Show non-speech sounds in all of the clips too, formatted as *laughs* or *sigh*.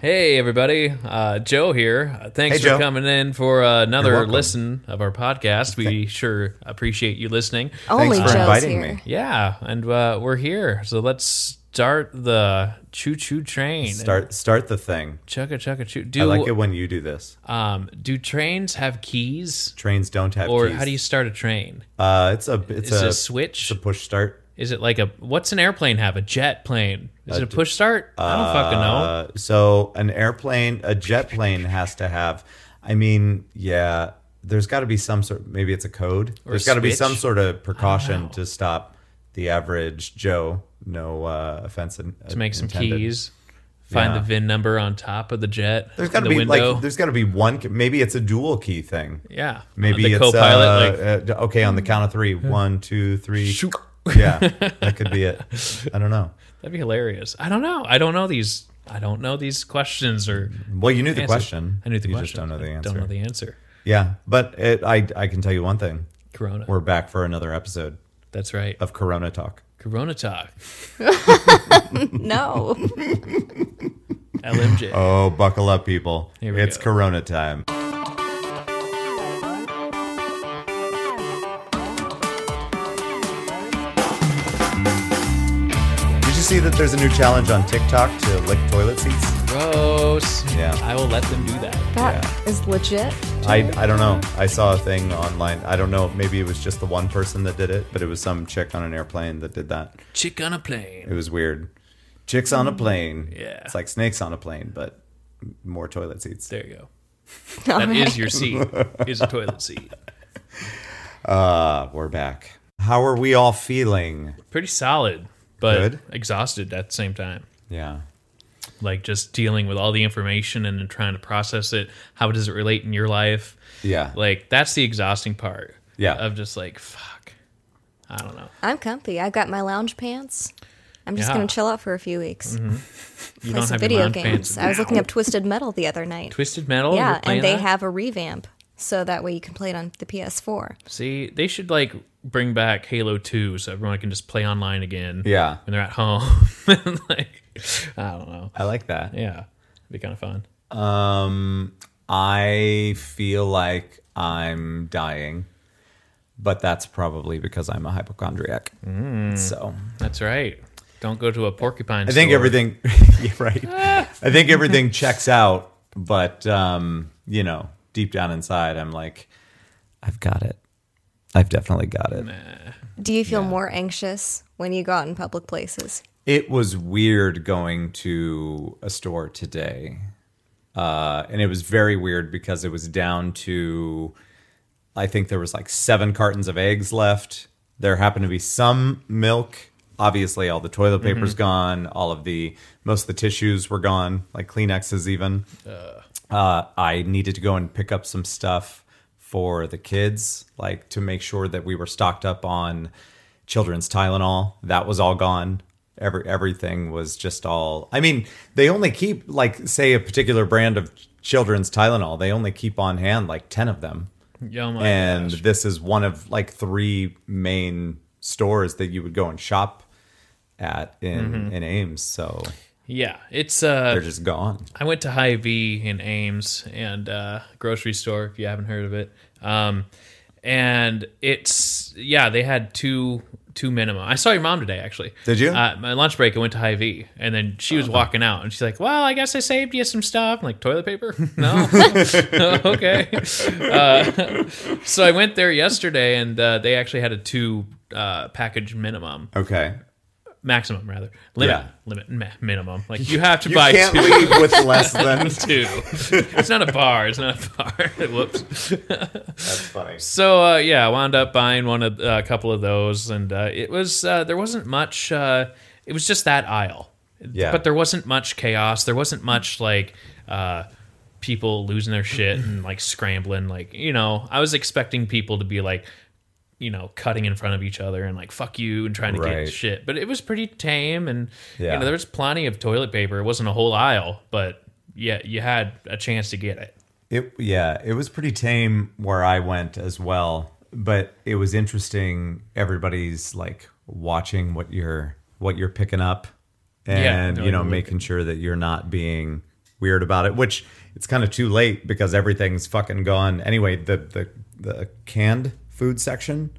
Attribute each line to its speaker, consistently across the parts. Speaker 1: Hey, everybody. Uh, Joe here. Uh, thanks
Speaker 2: Hey,
Speaker 1: for
Speaker 2: Joe.
Speaker 1: coming in for uh,
Speaker 2: You're
Speaker 1: another
Speaker 2: welcome.
Speaker 1: listen of our podcast. We sure appreciate you listening.
Speaker 2: Thanks
Speaker 3: Only
Speaker 2: for
Speaker 3: Joe's
Speaker 2: inviting
Speaker 3: here.
Speaker 2: me.
Speaker 1: Yeah, and uh, we're here. So let's start the choo choo train.
Speaker 2: Start start the thing.
Speaker 1: Chugga chugga choo.
Speaker 2: I
Speaker 1: Do,
Speaker 2: like it when you do this.
Speaker 1: um, do trains have keys?
Speaker 2: Trains don't have
Speaker 1: Or
Speaker 2: keys.
Speaker 1: how do you start a train?
Speaker 2: Uh, it's a it's
Speaker 1: Is it
Speaker 2: a,
Speaker 1: a switch?
Speaker 2: It's a push start.
Speaker 1: Is it like a. What's an airplane have? A jet plane? Is it a push start? I don't fucking know.
Speaker 2: Uh, so an airplane, a jet plane has to have. I mean, yeah, there's got to be some sort. Maybe it's a code. there's got to be
Speaker 1: switch. Oh.
Speaker 2: some sort of precaution to stop the average Joe. No uh, offense. In,
Speaker 1: To make some
Speaker 2: intended.
Speaker 1: keys, find
Speaker 2: Yeah.
Speaker 1: the VIN number on top of the jet.
Speaker 2: There's got to
Speaker 1: the
Speaker 2: be
Speaker 1: window.
Speaker 2: like there's got to be one. Maybe it's a dual key thing.
Speaker 1: Yeah.
Speaker 2: Maybe
Speaker 1: the
Speaker 2: it's
Speaker 1: co-pilot
Speaker 2: uh,
Speaker 1: like
Speaker 2: uh, d- okay on the count of three. One, two, three. Yeah, that could be it. I don't know.
Speaker 1: that'd be hilarious. I don't know. I don't know these I don't know these questions or
Speaker 2: Well, you knew the
Speaker 1: answers.
Speaker 2: question.
Speaker 1: I knew the
Speaker 2: you
Speaker 1: question.
Speaker 2: just don't know the
Speaker 1: I
Speaker 2: answer.
Speaker 1: Don't know the answer.
Speaker 2: Yeah, but it, I I can tell you one thing.
Speaker 1: Corona.
Speaker 2: We're back for another episode
Speaker 1: That's right.
Speaker 2: of Corona Talk.
Speaker 1: Corona
Speaker 2: *laughs*
Speaker 1: talk.
Speaker 3: *laughs* No.
Speaker 1: LMJ.
Speaker 2: Oh, buckle up, people!
Speaker 1: Here we
Speaker 2: it's
Speaker 1: go.
Speaker 2: Corona time. Did you see that there's a new challenge on TikTok to lick toilet seats?
Speaker 1: Gross.
Speaker 2: Yeah.
Speaker 1: I will let them do that.
Speaker 3: that
Speaker 2: Yeah.
Speaker 3: is legit.
Speaker 2: I, I don't know. I saw a thing online. I don't know. Maybe it was just the one person that did it, but it was some chick on an airplane that did that.
Speaker 1: Chick on a
Speaker 2: It
Speaker 1: plane.
Speaker 2: was weird. Chicks on a plane.
Speaker 1: Mm, Yeah.
Speaker 2: It's like snakes on a plane, but more toilet seats.
Speaker 1: There
Speaker 2: *laughs*
Speaker 1: you go.
Speaker 3: All
Speaker 1: That is
Speaker 3: right.
Speaker 1: your seat. Is a toilet seat.
Speaker 2: Uh, we're back. How are we all feeling?
Speaker 1: Pretty solid, but
Speaker 2: Good.
Speaker 1: exhausted at the same time.
Speaker 2: Yeah.
Speaker 1: Like just dealing with all the information and then trying to process it. How does it relate in your life?
Speaker 2: Yeah.
Speaker 1: Like that's the exhausting part.
Speaker 2: Yeah.
Speaker 1: Of just like fuck. I don't know.
Speaker 3: I'm comfy. I've got my lounge pants. I'm just
Speaker 1: Yeah. Mm-hmm.
Speaker 3: gonna chill out for a few weeks.
Speaker 1: You
Speaker 3: Play
Speaker 1: don't
Speaker 3: some
Speaker 1: have your
Speaker 3: video
Speaker 1: lounge
Speaker 3: games.
Speaker 1: pants.
Speaker 3: I was looking up Twisted Metal the other
Speaker 1: *laughs*
Speaker 3: night.
Speaker 1: Twisted Metal.
Speaker 3: yeah,
Speaker 1: You're playing
Speaker 3: and they
Speaker 1: that?
Speaker 3: have a revamp, so that way you can play it on the PS4.
Speaker 1: See, they should like bring back Halo Two so everyone can just play online again.
Speaker 2: Yeah.
Speaker 1: When they're at home. *laughs* like I don't know.
Speaker 2: I like that.
Speaker 1: Yeah. It'd be kind of fun.
Speaker 2: Um, I feel like I'm dying, but that's probably because I'm a hypochondriac.
Speaker 1: Mm.
Speaker 2: So
Speaker 1: That's right. Don't go to a porcupine.
Speaker 2: I think everything, *laughs* yeah, right. I think everything checks out, but um, you know, deep down inside, I'm like, I've got it. I've definitely got it.
Speaker 3: Do you feel more anxious when you go out in public places?
Speaker 2: It was weird going to a store today, uh, and it was very weird because it was down to, I think there was like seven cartons of eggs left. There happened to be some milk. Obviously, all the toilet paper's gone. All of the most of the tissues were gone, like Kleenexes even. Uh, I needed to go and pick up some stuff for the kids, like to make sure that we were stocked up on children's Tylenol. That was all gone. Every everything was just all. I mean, they only keep like say a particular brand of children's Tylenol. They only keep on hand like ten of them
Speaker 1: Yeah, my
Speaker 2: and
Speaker 1: gosh.
Speaker 2: this is one of like three main stores that you would go and shop at in in Ames. So
Speaker 1: yeah, it's Mm-hmm. uh,
Speaker 2: they're just gone.
Speaker 1: I went to High V in Ames and uh, grocery store if you haven't heard of it. Um, and it's yeah, they had two two minimum. I saw your mom today actually.
Speaker 2: Did you? Oh.
Speaker 1: Uh, my lunch break, I went to High V, and then she was walking out, and she's like, "Well, I guess I saved you some stuff." I'm like toilet paper?
Speaker 2: *laughs*
Speaker 1: No. *laughs* okay. Uh, so I went there yesterday, and uh, they actually had a two uh, package minimum,
Speaker 2: Okay,
Speaker 1: maximum rather, limit,
Speaker 2: Yeah.
Speaker 1: limit, ma- minimum. Like you have to
Speaker 2: you
Speaker 1: buy
Speaker 2: can't
Speaker 1: two
Speaker 2: leave with
Speaker 1: *laughs*
Speaker 2: less than.
Speaker 1: two. it's not a bar. It's not a bar. *laughs* Whoops.
Speaker 2: That's funny.
Speaker 1: So uh, yeah, I wound up buying one of uh, a couple of those, and uh, it was uh, there wasn't much. Uh, it was just that aisle.
Speaker 2: Yeah.
Speaker 1: But there wasn't much chaos. There wasn't much like uh, people losing their shit and like scrambling. Like you know, I was expecting people to be like. You know, cutting in front of each other and like fuck you and trying to
Speaker 2: Right.
Speaker 1: get shit, but it was pretty tame and
Speaker 2: Yeah.
Speaker 1: you know there was plenty of toilet paper. It wasn't a whole aisle, but yeah, you had a chance to get it.
Speaker 2: It yeah, it was pretty tame where I went as well, but it was interesting. Everybody's like watching what you're what you're picking up,
Speaker 1: Yeah,
Speaker 2: and
Speaker 1: they're
Speaker 2: you know
Speaker 1: like,
Speaker 2: making sure that you're not being weird about it, which it's kind of too late because everything's fucking gone. Anyway, the the the canned food section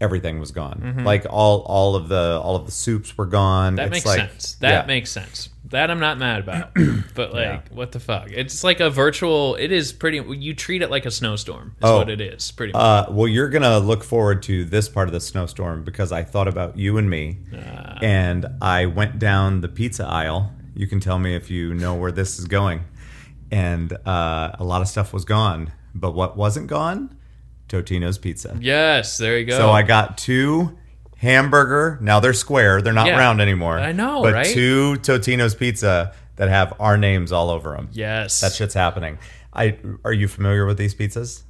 Speaker 2: everything was gone. Like all all of the all of the soups were gone.
Speaker 1: Mm-hmm. That
Speaker 2: It's
Speaker 1: makes
Speaker 2: like-
Speaker 1: sense. That
Speaker 2: yeah.
Speaker 1: makes sense. That I'm not mad
Speaker 2: *clears throat*
Speaker 1: about. but like, what the fuck? It's like a virtual. It is pretty. You treat it like a snowstorm. Is
Speaker 2: Oh.
Speaker 1: what it is. Pretty much.
Speaker 2: Uh, well, you're gonna look forward to this part of the snowstorm because I thought about you and me,
Speaker 1: Ah.
Speaker 2: and I went down the pizza aisle. You can tell me if you know where this is going. And uh, a lot of stuff was gone, but what wasn't gone? Totino's pizza.
Speaker 1: yes. There you go.
Speaker 2: So I got two hamburger. Now they're square; they're not
Speaker 1: Yeah.
Speaker 2: round anymore.
Speaker 1: I know,
Speaker 2: but
Speaker 1: right?
Speaker 2: two Totino's pizza that have our names all over them.
Speaker 1: yes.
Speaker 2: that shit's happening. I are you familiar with these pizzas?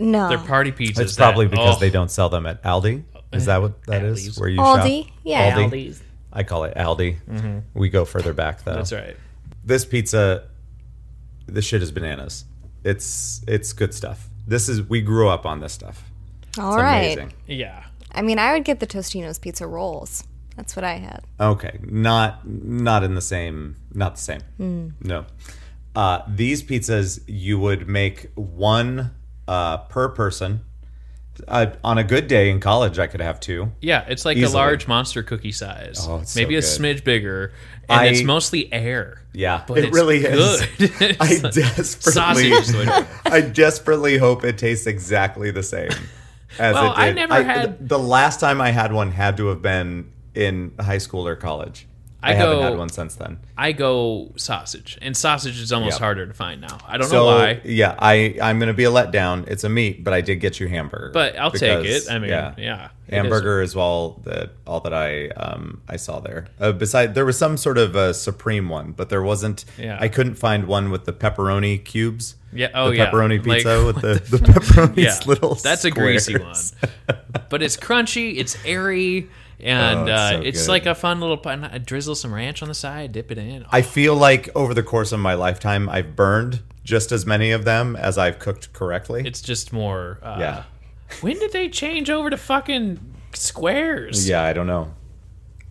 Speaker 3: No.
Speaker 1: They're party pizzas.
Speaker 2: It's probably
Speaker 1: that-
Speaker 2: because
Speaker 1: oh.
Speaker 2: they don't sell them at Aldi. Is that what that is?
Speaker 1: Aldi's.
Speaker 2: Where you
Speaker 3: Aldi?
Speaker 2: shop?
Speaker 3: Yeah.
Speaker 2: Aldi. I call it Aldi. We go further back though.
Speaker 1: Mm-hmm. That's right.
Speaker 2: This pizza, this shit is bananas. It's it's good stuff. This is we grew up on this stuff.
Speaker 3: All
Speaker 2: It's
Speaker 3: right.
Speaker 2: amazing.
Speaker 1: Yeah.
Speaker 3: I mean, I would get the Tostino's pizza rolls. That's what I had.
Speaker 2: Okay, not not in the same, not the same.
Speaker 3: Hmm.
Speaker 2: No, uh, these pizzas you would make one uh, per person. Uh, on a good day in college, I could have two.
Speaker 1: Yeah, it's like
Speaker 2: Easily.
Speaker 1: a large monster cookie size.
Speaker 2: Oh, it's so
Speaker 1: Maybe a
Speaker 2: good.
Speaker 1: smidge bigger, and
Speaker 2: I-
Speaker 1: it's mostly air.
Speaker 2: Yeah,
Speaker 1: But
Speaker 2: it
Speaker 1: it's
Speaker 2: really is.
Speaker 1: good.
Speaker 2: *laughs*
Speaker 1: *laughs*
Speaker 2: I
Speaker 1: It's like
Speaker 2: desperately,
Speaker 1: sausage. like-
Speaker 2: I desperately hope it tastes exactly the same as
Speaker 1: Well,
Speaker 2: it did.
Speaker 1: I never had-
Speaker 2: the last time I had one had to have been in high school or college. I,
Speaker 1: I
Speaker 2: haven't
Speaker 1: go-
Speaker 2: had one since then.
Speaker 1: I go sausage, and sausage is almost
Speaker 2: Yeah.
Speaker 1: harder to find now. I don't
Speaker 2: So
Speaker 1: know why,
Speaker 2: yeah, I I'm gonna be a letdown. It's a meat, but I did get you hamburger.
Speaker 1: but I'll take
Speaker 2: because,
Speaker 1: it. I mean, yeah, it is-
Speaker 2: hamburger is all that all that I um I saw there. Uh, beside, there was some sort of a supreme one, but there wasn't.
Speaker 1: Yeah.
Speaker 2: I couldn't find one with the pepperoni cubes.
Speaker 1: Yeah, oh,
Speaker 2: the
Speaker 1: yeah.
Speaker 2: pepperoni
Speaker 1: Like,
Speaker 2: pizza with the, the, pepperoni
Speaker 1: Yeah,
Speaker 2: *laughs* little.
Speaker 1: that's a greasy one,
Speaker 2: squares. *laughs*
Speaker 1: but it's crunchy, it's airy, and
Speaker 2: Oh, it's
Speaker 1: uh,
Speaker 2: so
Speaker 1: it's
Speaker 2: good.
Speaker 1: like a fun little. pie- I drizzle some ranch on the side, dip it in.
Speaker 2: I feel like over the course of my lifetime, I've burned just as many of them as I've cooked correctly.
Speaker 1: It's just more. Uh,
Speaker 2: yeah,
Speaker 1: When did they change over to fucking squares?
Speaker 2: Yeah, I don't know.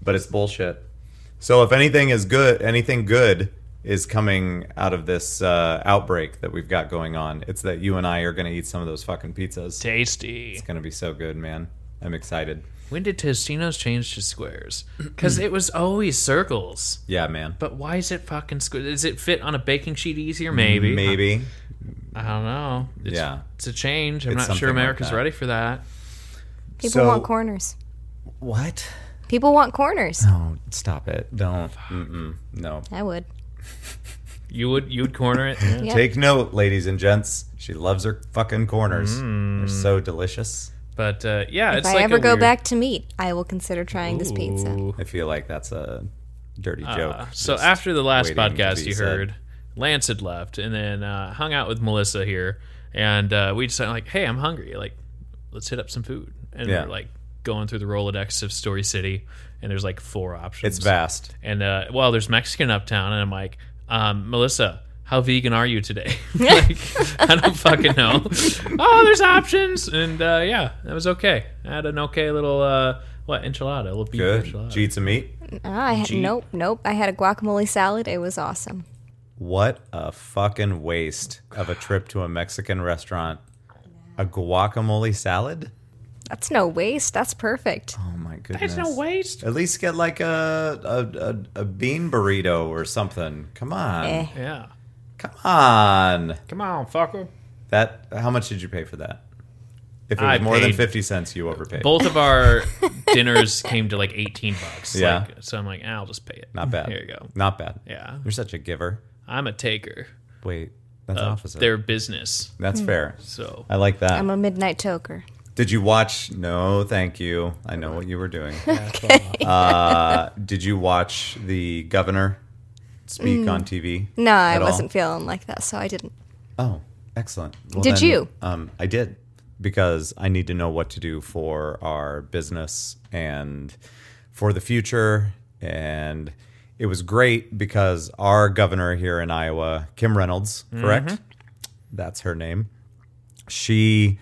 Speaker 2: But it's bullshit. So if anything is good, anything good is coming out of this uh, outbreak that we've got going on. It's that you and I are going to eat some of those fucking pizzas.
Speaker 1: Tasty.
Speaker 2: It's going to be so good, man. I'm excited.
Speaker 1: When did Tostino's change to squares? Because it was always circles.
Speaker 2: Yeah, man.
Speaker 1: But why is it fucking square? Does it fit on a baking sheet easier? Maybe.
Speaker 2: Maybe.
Speaker 1: I don't know. It's,
Speaker 2: Yeah.
Speaker 1: It's a change. I'm
Speaker 2: It's
Speaker 1: not
Speaker 2: something
Speaker 1: sure
Speaker 2: like
Speaker 1: America's
Speaker 2: that.
Speaker 1: ready for that.
Speaker 3: People
Speaker 2: So-
Speaker 3: want corners.
Speaker 2: What?
Speaker 3: People want corners.
Speaker 2: No, stop it. Don't. Mm-mm. No.
Speaker 3: I would.
Speaker 1: You would you would corner it.
Speaker 2: *laughs*
Speaker 1: Yeah.
Speaker 3: Yeah.
Speaker 2: Take note, ladies and gents. She loves her fucking corners.
Speaker 1: Mm.
Speaker 2: They're so delicious.
Speaker 1: But uh, yeah,
Speaker 3: If
Speaker 1: it's
Speaker 3: I
Speaker 1: like
Speaker 3: ever
Speaker 1: a
Speaker 3: go
Speaker 1: weird-
Speaker 3: back to meat, I will consider trying this pizza.
Speaker 1: Ooh.
Speaker 2: I feel like that's a dirty joke.
Speaker 1: Uh, so
Speaker 2: Just-
Speaker 1: after the last
Speaker 2: waiting to
Speaker 1: podcast
Speaker 2: be
Speaker 1: you
Speaker 2: said.
Speaker 1: heard, Lance had left and then uh, hung out with Melissa here, and uh, we decided like, hey, I'm hungry. Like, let's hit up some food. And
Speaker 2: Yeah.
Speaker 1: we're like going through the Rolodex of Story City, and there's like four options.
Speaker 2: it's vast.
Speaker 1: and uh, well, there's Mexican uptown, and I'm like, um, Melissa, how vegan are you
Speaker 3: *laughs*
Speaker 1: today? *laughs* like, I don't fucking know. oh, there's options, and uh, yeah, that was okay. I had an okay little uh, what enchilada, a little beef
Speaker 2: Good.
Speaker 1: enchilada.
Speaker 2: Did you eat some meat?
Speaker 3: Ah, I had,
Speaker 1: Gee.
Speaker 3: nope, nope. I had a guacamole salad. It was awesome.
Speaker 2: What a fucking waste of a trip to a Mexican restaurant. A guacamole salad?
Speaker 3: That's no waste. That's perfect.
Speaker 2: Oh my goodness.
Speaker 1: There's no waste.
Speaker 2: At least get like a a, a, a bean burrito or something. Come on.
Speaker 3: Eh.
Speaker 1: Yeah,
Speaker 2: Come on.
Speaker 1: come on, fucker.
Speaker 2: That how much did you pay for that? If it was
Speaker 1: I
Speaker 2: more than
Speaker 1: paid-
Speaker 2: 50 cents, you overpaid.
Speaker 1: Both of our dinners came to like 18 bucks.
Speaker 2: Yeah.
Speaker 1: Like, so I'm like, "Ah, I'll just pay it.
Speaker 2: Not bad.
Speaker 1: Here you go.
Speaker 2: Not bad.
Speaker 1: Yeah,
Speaker 2: You're such a giver.
Speaker 1: I'm a taker.
Speaker 2: Wait, that's
Speaker 1: of
Speaker 2: opposite.
Speaker 1: Their business.
Speaker 2: That's fair.
Speaker 1: So
Speaker 2: I like that.
Speaker 3: I'm a midnight toker.
Speaker 2: Did you watch? No, thank you. I know what you were doing.
Speaker 1: okay.
Speaker 2: Uh, did you watch the governor speak on TV?
Speaker 3: Mm, No, I
Speaker 2: at all?
Speaker 3: wasn't feeling like that, so I didn't.
Speaker 2: Oh, excellent. Well,
Speaker 3: Did you?
Speaker 2: Um, I did because I need to know what to do for our business and for the future. And it was great because our governor here in Iowa, Kim Reynolds, correct? That's her name. She,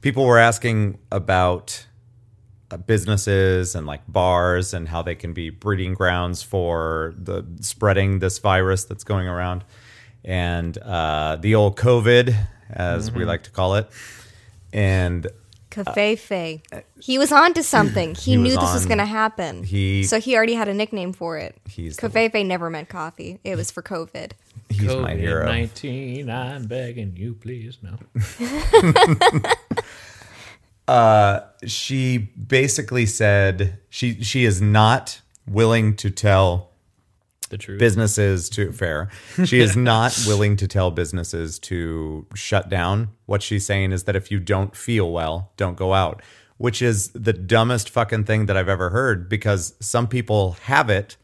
Speaker 2: people were asking about uh, businesses and like bars and how they can be breeding grounds for the spreading this virus that's going around and uh, the old COVID, as we like to call it. And
Speaker 3: Cafe Fay. He was onto something. He,
Speaker 2: he
Speaker 3: knew
Speaker 2: was
Speaker 3: this was
Speaker 2: on-
Speaker 3: going to happen.
Speaker 2: he-
Speaker 3: so he already had a nickname for it.
Speaker 2: He's the-
Speaker 3: Cafe Fay never meant coffee. It was for COVID.
Speaker 2: he's my hero.
Speaker 1: nineteen. I'm begging you, please. No.
Speaker 2: Uh, she basically said she she is not willing to tell
Speaker 1: The truth.
Speaker 2: businesses to fair. She is not willing to tell businesses to shut down. What she's saying is that if you don't feel well, don't go out, which is the dumbest fucking thing that I've ever heard because some people have it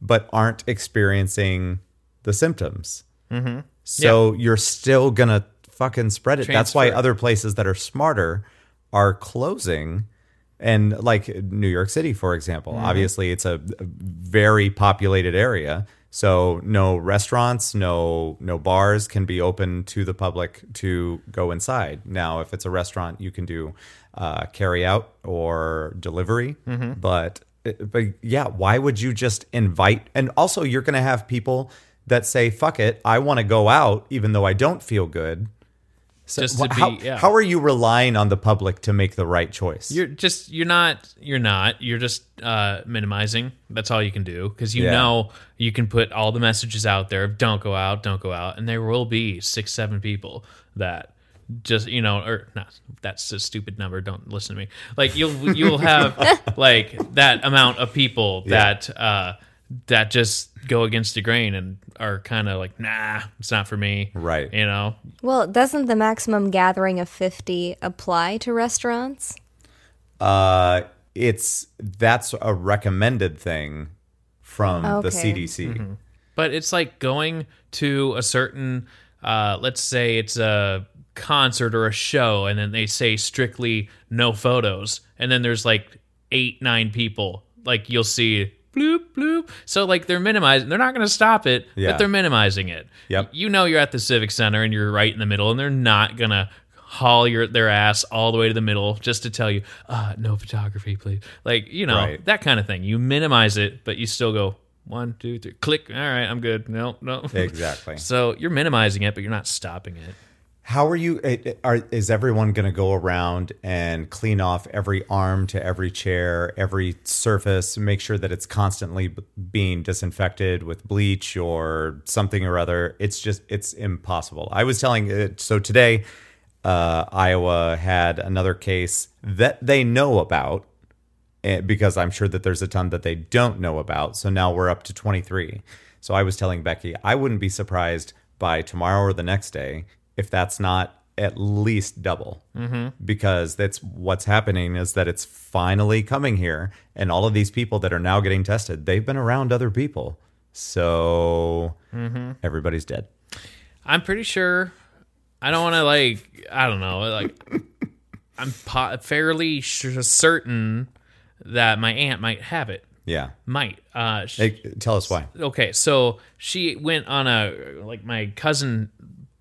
Speaker 2: but aren't experiencing the symptoms. So you're still gonna fucking spread it. That's why
Speaker 1: Transfer it.
Speaker 2: other places that are smarter are closing. And like New York City, for example, obviously it's a a very populated area. So no restaurants, no no bars can be open to the public to go inside. Now, if it's a restaurant, you can do uh, carry out or delivery. But but yeah, why would you just invite? And also, you're going to have people that say, "Fuck it, I want to go out, even though I don't feel good." So
Speaker 1: Just to
Speaker 2: wh- how,
Speaker 1: be- yeah.
Speaker 2: how are you relying on the public to make the right choice?
Speaker 1: You're just you're not you're not you're just uh, minimizing. That's all you can do because you
Speaker 2: Yeah.
Speaker 1: know you can put all the messages out there. of Don't go out, don't go out, and there will be six seven people that just you know or not. That's a stupid number. Don't listen to me. Like you'll you'll
Speaker 2: *laughs*
Speaker 1: have like that amount of people that uh, that just go against the grain and are kind of like nah, it's not for me.
Speaker 2: Right.
Speaker 1: You know.
Speaker 3: Well, doesn't the maximum gathering of 50 apply to restaurants?
Speaker 2: Uh, it's that's a recommended thing from the
Speaker 3: Okay.
Speaker 2: CDC.
Speaker 1: Mm-hmm. but it's like going to a certain uh, let's say it's a concert or a show and then they say strictly no photos and then there's like eight nine people like you'll see bloop bloop so like they're minimizing they're not going to stop it
Speaker 2: Yeah.
Speaker 1: but they're minimizing it
Speaker 2: Yep.
Speaker 1: you know you're at the civic center and you're right in the middle and they're not going to haul your their ass all the way to the middle just to tell you uh no photography please like you know
Speaker 2: Right.
Speaker 1: Oh. that kind of thing. You minimize it, but you still go one, two, three, click. All right, I'm good. No, no. *laughs*
Speaker 2: Exactly.
Speaker 1: so you're minimizing it, but you're not stopping it.
Speaker 2: How are you? it- it- Are, is everyone going to go around and clean off every arm to every chair, every surface, make sure that it's constantly b- being disinfected with bleach or something or other? It's just, it's impossible. I was telling it. So today, uh, Iowa had another case that they know about eh, because I'm sure that there's a ton that they don't know about. So now we're up to 23. So I was telling Becky, I wouldn't be surprised by tomorrow or the next day if that's not at least double because that's what's happening is that it's finally coming here and all of these people that are now getting tested they've been around other people so everybody's dead
Speaker 1: I'm pretty sure. I don't want to like. I don't know. Like, I'm po- fairly sure, certain that my aunt might have it.
Speaker 2: yeah
Speaker 1: Might. Uh, she,
Speaker 2: Hey, tell us why
Speaker 1: okay so she went on a like my cousin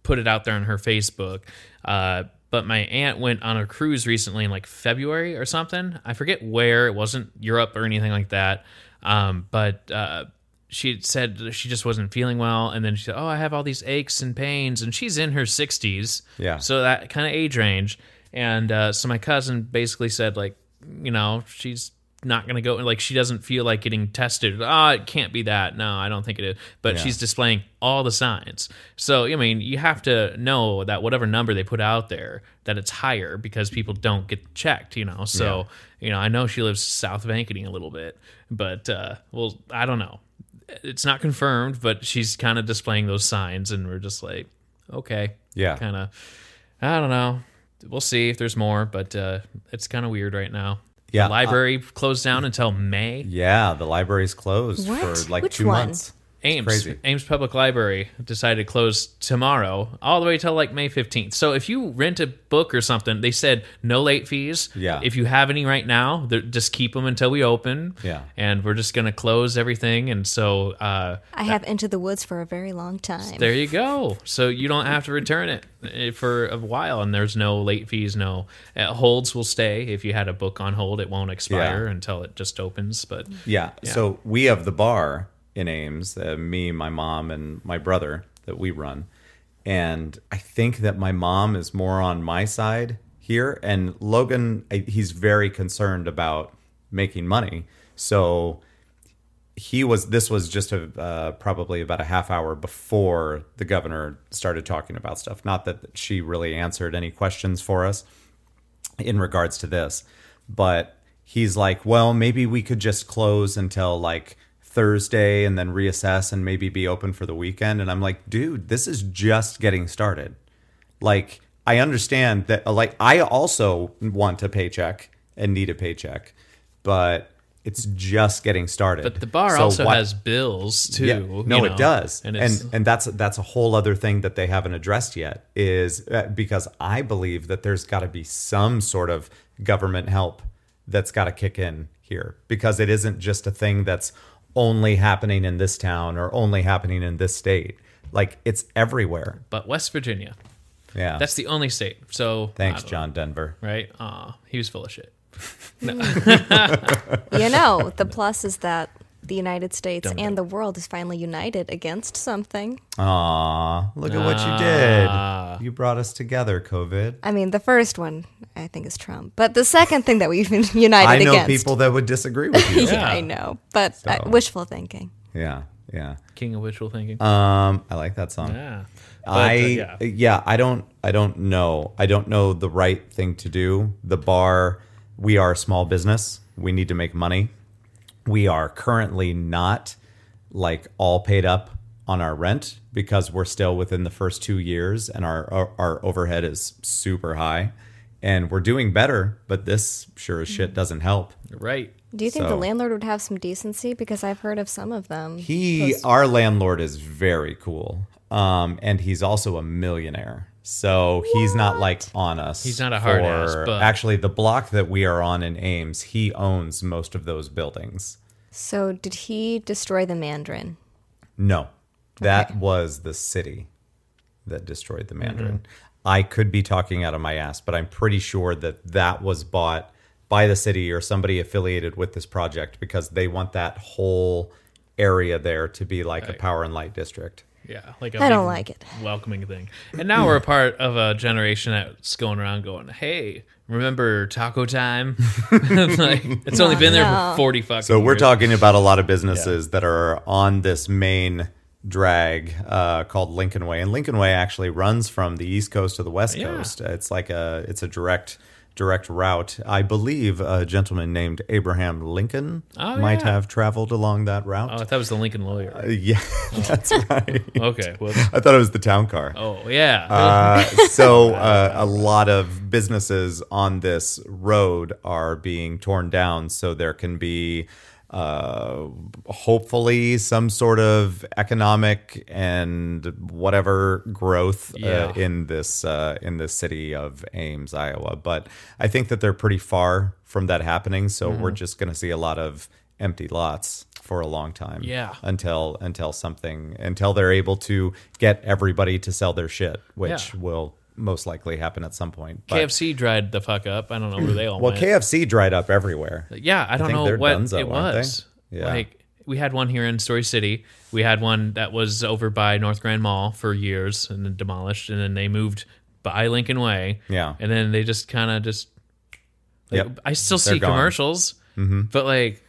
Speaker 1: put it out there on her facebook uh, but my aunt went on a cruise recently in like february or something i forget where it wasn't europe or anything like that um, but uh, she had said that she just wasn't feeling well and then she said oh i have all these aches and pains and she's in her 60s
Speaker 2: Yeah.
Speaker 1: so that kind of age range and uh, so my cousin basically said like you know she's not gonna go like she doesn't feel like getting tested ah it can't be that no i don't think it is but she's displaying all the signs so i mean you have to know that whatever number they put out there that it's higher because people don't get checked you know so you know i know she lives south of ankeny a little bit but uh well i don't know it's not confirmed but she's kind of displaying those signs and we're just like okay
Speaker 2: Yeah.
Speaker 1: kind of i don't know we'll see if there's more but uh it's kind of weird right now The
Speaker 2: Yeah, uh,
Speaker 1: library closed down until may
Speaker 2: yeah the library's closed
Speaker 3: What?
Speaker 2: for like
Speaker 3: Which
Speaker 2: two
Speaker 3: one?
Speaker 2: months
Speaker 1: Ames
Speaker 2: crazy.
Speaker 1: Ames Public Library decided to close tomorrow, all the way till like May fifteenth. So if you rent a book or something, they said no late fees.
Speaker 2: Yeah.
Speaker 1: If you have any right now, they're- just keep them until we open.
Speaker 2: Yeah.
Speaker 1: And we're just gonna close everything, and so uh,
Speaker 3: I have Into the Woods for a very long time.
Speaker 1: there you go. So you don't have to return it eh, for a while, and there's no late fees. No uh, holds will stay. If you had a book on hold, it won't expire
Speaker 2: Yeah.
Speaker 1: until it just opens. But
Speaker 2: Yeah. So we have the bar in Ames, uh, me, my mom, and my brother that we run. And I think that my mom is more on my side here. And Logan, I, he's very concerned about making money. So he was, this was just a, uh, probably about a half hour before the governor started talking about stuff. Not that she really answered any questions for us in regards to this. But he's like, well, maybe we could just close until like Thursday and then reassess and maybe be open for the weekend. And I'm like, dude, this is just getting started. Like, I understand that, uh, like, I also want a paycheck and need a paycheck, but it's just getting started.
Speaker 1: but the bar
Speaker 2: So
Speaker 1: also
Speaker 2: why-
Speaker 1: has bills too.
Speaker 2: yeah.
Speaker 1: you
Speaker 2: No,
Speaker 1: know,
Speaker 2: it does,
Speaker 1: and
Speaker 2: and
Speaker 1: it's,
Speaker 2: and, that's that's a whole other thing that they haven't addressed yet. Is uh, because I believe that there's got to be some sort of government help that's got to kick in here because it isn't just a thing that's only happening in this town or only happening in this state. Like it's everywhere.
Speaker 1: but West Virginia.
Speaker 2: Yeah.
Speaker 1: That's the only state. So
Speaker 2: Thanks,
Speaker 1: I don't-
Speaker 2: John Denver.
Speaker 1: Right? Aw, he was full of shit.
Speaker 2: *laughs*
Speaker 3: you know, the plus is that the United States
Speaker 1: Dum-dum.
Speaker 3: and the world is finally united against something.
Speaker 2: Aw, look at what
Speaker 1: Ah.
Speaker 2: you did. You brought us together, COVID.
Speaker 3: I mean, the first one I think is Trump, but the second thing that we've been *laughs* united
Speaker 2: I know
Speaker 3: against.
Speaker 2: people that would disagree with you. *laughs*
Speaker 3: *laughs* yeah,
Speaker 1: Yeah.
Speaker 3: I know, but uh,
Speaker 2: So.
Speaker 3: wishful thinking.
Speaker 2: yeah, yeah.
Speaker 1: King of wishful thinking.
Speaker 2: Um, I like that song.
Speaker 1: yeah. But, uh,
Speaker 2: I
Speaker 1: yeah.
Speaker 2: yeah. I don't I don't know. I don't know the right thing to do. The bar we are a small business. We need to make money. We are currently not like all paid up on our rent because we're still within the first 2 years and our our, our overhead is super high and we're doing better, but this sure as shit doesn't help.
Speaker 1: Right.
Speaker 3: Do you think the
Speaker 2: So.
Speaker 3: landlord would have some decency? Because I've heard of some of them.
Speaker 2: He, our landlord, is very cool. Um, and he's also a millionaire. So he's not like on us.
Speaker 1: He's not a hard ass, but-
Speaker 2: actually, the block that we are on in Ames, he owns most of those buildings.
Speaker 3: so, did he destroy the Mandarin?
Speaker 2: No, that was the city that destroyed the Mandarin. I could be talking out of my ass, but I'm pretty sure that that was bought by the city or somebody affiliated with this project because they want that whole area there to be like a power and light district.
Speaker 1: Yeah. Like I
Speaker 3: I don't like it.
Speaker 1: Welcoming thing. And now we're a part of a generation that's going around going, hey, remember taco time? *laughs* like, it's only been there
Speaker 3: No.
Speaker 1: for 40 fucking
Speaker 2: So we're
Speaker 1: years.
Speaker 2: talking about a lot of businesses that are on this main drag uh, called Lincoln Way, and Lincoln Way actually runs from the East Coast to the West
Speaker 1: Yeah.
Speaker 2: Coast. It's like a it's a direct direct route. I believe a gentleman named Abraham Lincoln
Speaker 1: Oh,
Speaker 2: might
Speaker 1: yeah.
Speaker 2: have traveled along that route.
Speaker 1: Oh, I thought it was the Lincoln lawyer.
Speaker 2: *laughs* Uh, *laughs* yeah,
Speaker 1: *laughs*
Speaker 2: that's right.
Speaker 1: Okay. Well,
Speaker 2: I thought it was the town car.
Speaker 1: oh, yeah.
Speaker 2: Uh,
Speaker 1: *laughs*
Speaker 2: so uh, a lot of businesses on this road are being torn down so there can be uh, hopefully some sort of economic and whatever growth
Speaker 1: Yeah.
Speaker 2: uh, in this uh, in the city of Ames, Iowa. But I think that they're pretty far from that happening, so we're
Speaker 1: Mm-hmm.
Speaker 2: just going to see a lot of empty lots for a long time
Speaker 1: Yeah.
Speaker 2: until until something until they're able to get everybody to sell their shit, which
Speaker 1: Yeah.
Speaker 2: will most likely happen at some point. But,
Speaker 1: KFC dried the fuck up. I don't know where they all
Speaker 2: well,
Speaker 1: went.
Speaker 2: KFC dried up everywhere.
Speaker 1: Yeah, I don't
Speaker 2: think
Speaker 1: know
Speaker 2: they're
Speaker 1: what
Speaker 2: Dunzo,
Speaker 1: it
Speaker 2: aren't
Speaker 1: was.
Speaker 2: they? Yeah.
Speaker 1: Like we had one here in Story City. We had one that was over by North Grand Mall for years and then demolished and then they moved by Lincoln Way.
Speaker 2: Yeah.
Speaker 1: And then they just kind of just like,
Speaker 2: Yep.
Speaker 1: I still
Speaker 2: They're
Speaker 1: see
Speaker 2: gone. Mm-hmm.
Speaker 1: commercials, but like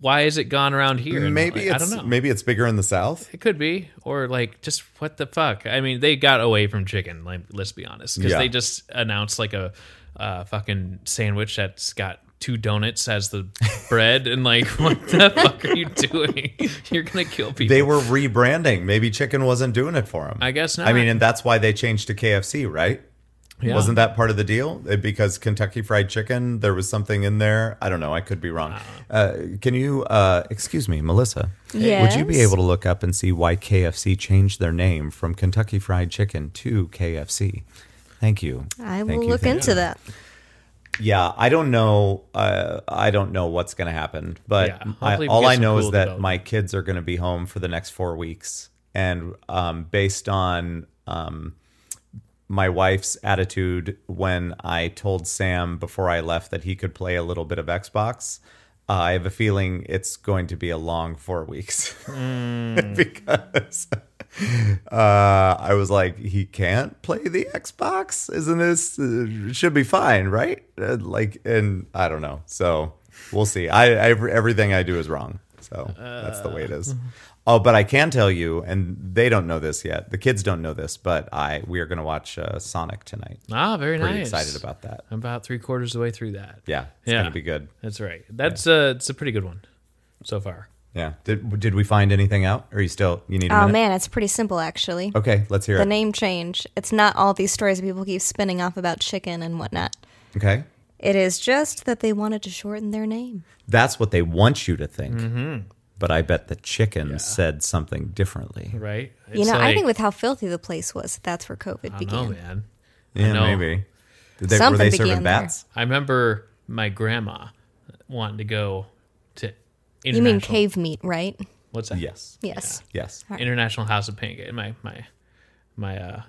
Speaker 1: why is it gone around here? And,
Speaker 2: Maybe
Speaker 1: like,
Speaker 2: it's
Speaker 1: I don't know.
Speaker 2: maybe it's bigger in the south.
Speaker 1: It could be, or like just what the fuck? I mean, they got away from chicken. Like, let's be honest, because
Speaker 2: Yeah.
Speaker 1: they just announced like a uh, fucking sandwich that's got two donuts as the bread, and like, *laughs* what the fuck are you doing? *laughs* You're gonna kill people.
Speaker 2: They were rebranding. Maybe chicken wasn't doing it for them.
Speaker 1: I guess not.
Speaker 2: I mean, and that's why they changed to KFC, right?
Speaker 1: Yeah.
Speaker 2: Wasn't that part of the deal? Uh, Because Kentucky Fried Chicken, there was something in there. I don't know. I could be wrong. Uh, can you, uh, excuse me, Melissa? Would you be
Speaker 3: Yes?
Speaker 2: able to look up and see why KFC changed their name from Kentucky Fried Chicken to KFC? Thank you.
Speaker 3: I
Speaker 2: Thank
Speaker 3: will
Speaker 2: you,
Speaker 3: look
Speaker 2: thank
Speaker 3: into that.
Speaker 2: yeah i don't know uh, i don't know what's going to happen but
Speaker 1: Yeah,
Speaker 2: I,
Speaker 1: hopefully we
Speaker 2: all
Speaker 1: get
Speaker 2: i
Speaker 1: some
Speaker 2: know
Speaker 1: cool
Speaker 2: is that
Speaker 1: development.
Speaker 2: my kids are going to be home for the next four weeks and um, based on um, my wife's attitude when i told sam before i left that he could play a little bit of xbox uh, i have a feeling it's going to be a long four weeks *laughs*
Speaker 1: Hmm.
Speaker 2: because uh, I was like, he can't play the Xbox. Isn't this uh, should be fine, right? Uh, like, and I don't know. So we'll see. I, I everything I do is wrong. So that's the way it
Speaker 1: Uh.
Speaker 2: is. Oh, but I can tell you, and they don't know this yet. The kids don't know this, but I we are going to watch uh, Sonic tonight.
Speaker 1: Ah, very
Speaker 2: Pretty
Speaker 1: nice.
Speaker 2: excited about that.
Speaker 1: I'm about three quarters of the way through that.
Speaker 2: Yeah, it's
Speaker 1: Yeah.
Speaker 2: going to be good.
Speaker 1: That's right. That's uh it's a pretty good one so far.
Speaker 2: Yeah. Did did we find anything out? Are you still? You need. A
Speaker 3: Oh
Speaker 2: minute?
Speaker 3: man, it's pretty simple actually.
Speaker 2: Okay, let's hear
Speaker 3: The
Speaker 2: it.
Speaker 3: name change. It's not all these stories people keep spinning off about chicken and whatnot.
Speaker 2: Okay.
Speaker 3: It is just that they wanted to shorten their name.
Speaker 2: That's what they want you to think. But I bet the chicken said something differently.
Speaker 1: Right? It's
Speaker 3: you know, I
Speaker 1: like-
Speaker 3: think with how filthy the place was, that's where COVID
Speaker 1: I don't
Speaker 3: began.
Speaker 1: know, man.
Speaker 2: Yeah,
Speaker 1: know.
Speaker 2: maybe. Did they, were
Speaker 3: Something
Speaker 2: they
Speaker 3: began
Speaker 2: serving
Speaker 3: there.
Speaker 2: bats?
Speaker 1: I remember my grandma wanting to go to
Speaker 3: You mean
Speaker 1: international-
Speaker 3: cave meat, right?
Speaker 1: What's that?
Speaker 2: Yes.
Speaker 3: Yes.
Speaker 2: Yes.
Speaker 1: International House of Pancake. My my my uh,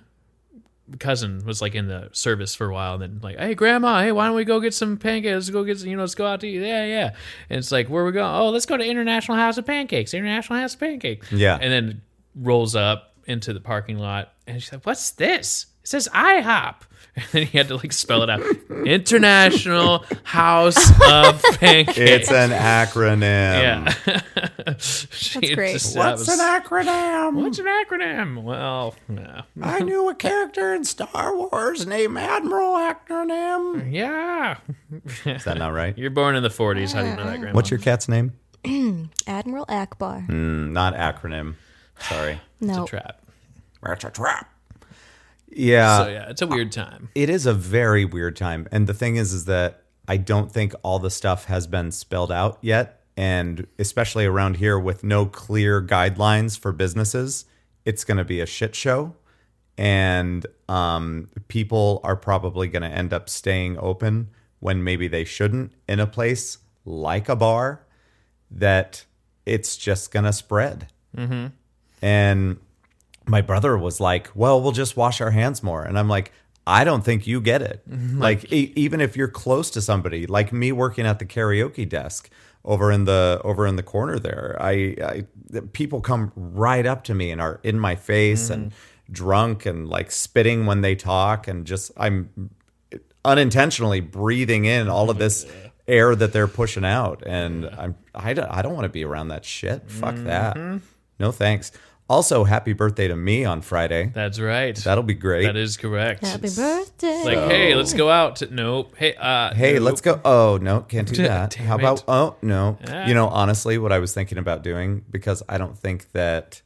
Speaker 1: cousin was like in the service for a while, and then like, hey, grandma, hey, why don't we go get some pancakes? Let's go get some, you know, let's go out to eat. Yeah, yeah. And it's like, where we going? Oh, let's go to International House of Pancakes. International House of Pancakes.
Speaker 2: Yeah.
Speaker 1: And then rolls up into the parking lot, and she's like, what's this? It says IHOP. *laughs* And then he had to like spell
Speaker 2: *laughs*
Speaker 1: it out. International House of Pancakes.
Speaker 2: It's *laughs* an acronym.
Speaker 1: yeah. *laughs* That's
Speaker 3: great.
Speaker 2: acronym?
Speaker 1: What's an acronym? Well, no.
Speaker 2: I knew a character in Star Wars named Admiral Acronym.
Speaker 1: yeah.
Speaker 2: Is that not *laughs* right?
Speaker 1: You're born in the 40s. How do you know that, Grandma?
Speaker 2: What's your cat's name?
Speaker 3: Admiral Akbar.
Speaker 2: Mm, not acronym. *sighs* Sorry.
Speaker 1: It's
Speaker 3: No.
Speaker 1: a trap.
Speaker 2: That's a trap. Yeah.
Speaker 1: So, yeah, it's a weird time.
Speaker 2: It is a very weird time. And the thing is, is that I don't think all the stuff has been spelled out yet. And especially around here with no clear guidelines for businesses, it's going to be a shit show. And um, people are probably going to end up staying open when maybe they shouldn't in a place like a bar that it's just going to spread. And my brother was like, "Well, we'll just wash our hands more." And I'm like, "I don't think you get it. like e- even if you're close to somebody, like me working at the karaoke desk over in the over in the corner there, I, I the people come right up to me and are in my face and drunk and like spitting when they talk and just I'm unintentionally breathing in all of this air that they're pushing out and I'm I don't, I don't want to be around that shit. Fuck that. No thanks. Also, happy birthday to me on Friday.
Speaker 1: That's right.
Speaker 2: That'll be great.
Speaker 1: That is correct.
Speaker 3: Happy birthday.
Speaker 1: like, hey, let's go out. To, nope. Hey, uh,
Speaker 2: hey,
Speaker 1: nope.
Speaker 2: let's go. Oh, no, can't
Speaker 1: *laughs*
Speaker 2: do that.
Speaker 1: Damn
Speaker 2: How about
Speaker 1: it.
Speaker 2: oh, no.
Speaker 1: Ah.
Speaker 2: You know, honestly, what I was thinking about doing because I don't think that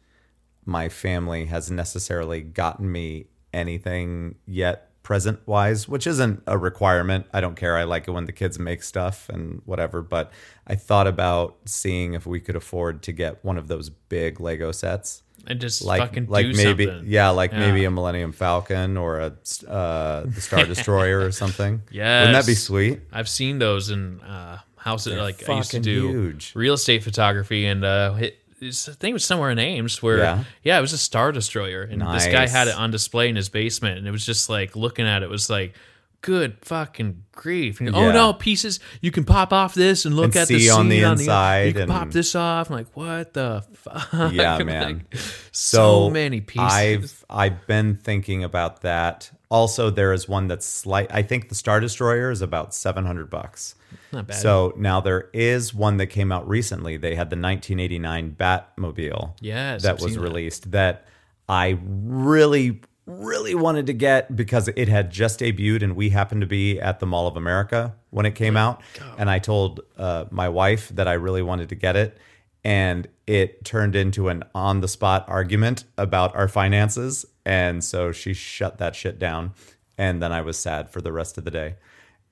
Speaker 2: my family has necessarily gotten me anything yet present wise, which isn't a requirement. I don't care. I like it when the kids make stuff and whatever, but I thought about seeing if we could afford to get one of those big Lego sets.
Speaker 1: and just
Speaker 2: like
Speaker 1: fucking
Speaker 2: like
Speaker 1: do
Speaker 2: maybe
Speaker 1: something.
Speaker 2: yeah like maybe
Speaker 1: Yeah.
Speaker 2: a Millennium Falcon or a uh,
Speaker 1: *laughs*
Speaker 2: the Star Destroyer or something. wouldn't that be
Speaker 1: Yes.
Speaker 2: sweet?
Speaker 1: I've seen those in uh, houses. Like I used to
Speaker 2: fucking
Speaker 1: do
Speaker 2: huge.
Speaker 1: real estate photography, and uh, it, it's, I think it was somewhere in Ames where
Speaker 2: Yeah.
Speaker 1: yeah, it was a Star Destroyer, and this guy
Speaker 2: Nice.
Speaker 1: had it on display in his basement, and it was just like looking at it was like. Good fucking grief! And, Oh
Speaker 2: Yeah.
Speaker 1: no, pieces! You can pop off this and look
Speaker 2: And
Speaker 1: at the
Speaker 2: see
Speaker 1: scene
Speaker 2: on the
Speaker 1: on you
Speaker 2: inside
Speaker 1: can
Speaker 2: and-
Speaker 1: pop this off. I'm like, what the
Speaker 2: *laughs*
Speaker 1: fuck?
Speaker 2: Yeah,
Speaker 1: Uh-huh. *laughs* Like,
Speaker 2: man.
Speaker 1: so, many pieces.
Speaker 2: I've I've been thinking about that. Also, there is one that's slight. I think the Star Destroyer is about seven hundred bucks.
Speaker 1: Not bad.
Speaker 2: So now there is one that came out recently. They had the 1989 Batmobile.
Speaker 1: Yes,
Speaker 2: that
Speaker 1: I've
Speaker 2: was
Speaker 1: seen that.
Speaker 2: released. That I really, really wanted to get because it had just debuted, and we happened to be at the Mall of America when it came out. And I told uh, my wife that I really wanted to get it, and it turned into an on-the-spot argument about our finances, and so she shut that shit down. and then I was sad for the rest of the day.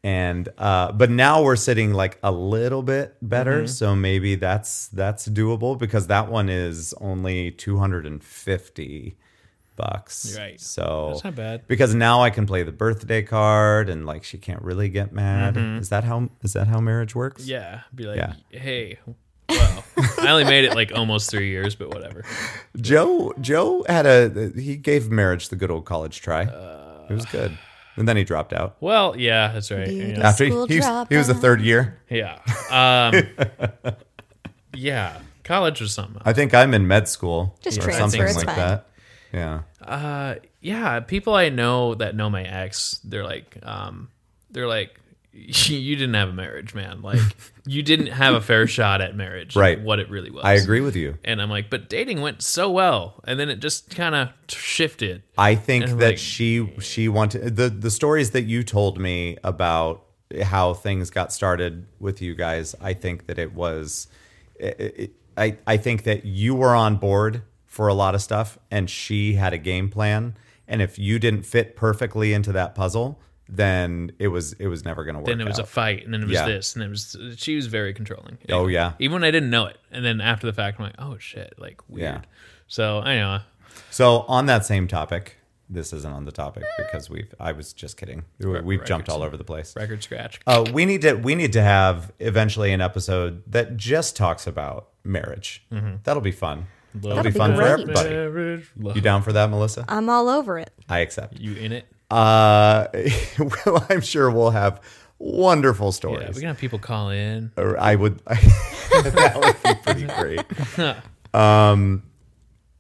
Speaker 2: And uh, but now we're sitting like a little bit better,
Speaker 1: Mm-hmm.
Speaker 2: so maybe that's that's doable because that one is only two hundred and fifty bucks.
Speaker 1: Right.
Speaker 2: So
Speaker 1: That's not bad.
Speaker 2: because now I can play the birthday card and like she can't really get mad. Is that how is that how marriage works?
Speaker 1: Mm-hmm. Yeah, be like,
Speaker 2: Yeah.
Speaker 1: hey, well, *laughs* I only made it like almost three years, but whatever.
Speaker 2: Joe Joe had a he gave marriage the good old college try. it was
Speaker 1: Uh.
Speaker 2: good, and then he dropped out
Speaker 1: Well, yeah, that's right. you know.
Speaker 3: Beautiful.
Speaker 2: after he,
Speaker 3: School
Speaker 2: he, was, he was a
Speaker 3: dropout.
Speaker 2: third year.
Speaker 1: Yeah, um, yeah, college was something.
Speaker 2: I think I'm in med school
Speaker 3: Just
Speaker 2: or
Speaker 3: transfer,
Speaker 2: something
Speaker 1: it's
Speaker 2: like
Speaker 3: fine.
Speaker 2: that. Yeah,
Speaker 1: Uh, yeah, people I know that know my ex, they're like, um, they're like, *laughs* you didn't have a marriage, man.
Speaker 2: *laughs*
Speaker 1: Like, you didn't have a fair shot at marriage. like,
Speaker 2: Right.
Speaker 1: what it really was.
Speaker 2: I agree with you.
Speaker 1: And I'm like, but dating went so well, and then it just kind of shifted.
Speaker 2: I think
Speaker 1: And,
Speaker 2: that
Speaker 1: like-
Speaker 2: she she wanted the the stories that you told me about how things got started with you guys. I think that it was, it, it, I I think that you were on board for a lot of stuff, and she had a game plan. And if you didn't fit perfectly into that puzzle, then it was it was never going to work.
Speaker 1: then it was a
Speaker 2: out.
Speaker 1: fight, and then it was
Speaker 2: Yeah.
Speaker 1: this, and it was she was very controlling.
Speaker 2: Oh, yeah.
Speaker 1: even when I didn't know it, and then after the fact, I'm like, oh shit, like weird.
Speaker 2: Yeah.
Speaker 1: So I know.
Speaker 2: So on that same topic, this isn't on the topic because we've I was just kidding. We- We've jumped all over the place.
Speaker 1: Record scratch.
Speaker 2: Uh, we need to we need to have eventually an episode that just talks about marriage.
Speaker 1: Mm-hmm.
Speaker 2: That'll be fun. That'll, be,
Speaker 3: That'll be
Speaker 2: fun for
Speaker 3: great.
Speaker 2: everybody.
Speaker 1: Marriage, love.
Speaker 2: You down for that, Melissa?
Speaker 3: I'm all over it.
Speaker 2: I accept.
Speaker 1: You in it?
Speaker 2: Uh, *laughs* well, I'm sure we'll have wonderful
Speaker 1: Yeah, we
Speaker 2: stories.
Speaker 1: can have people call in.
Speaker 2: Or I would. *laughs* that would be pretty great.
Speaker 1: *laughs*
Speaker 2: Um,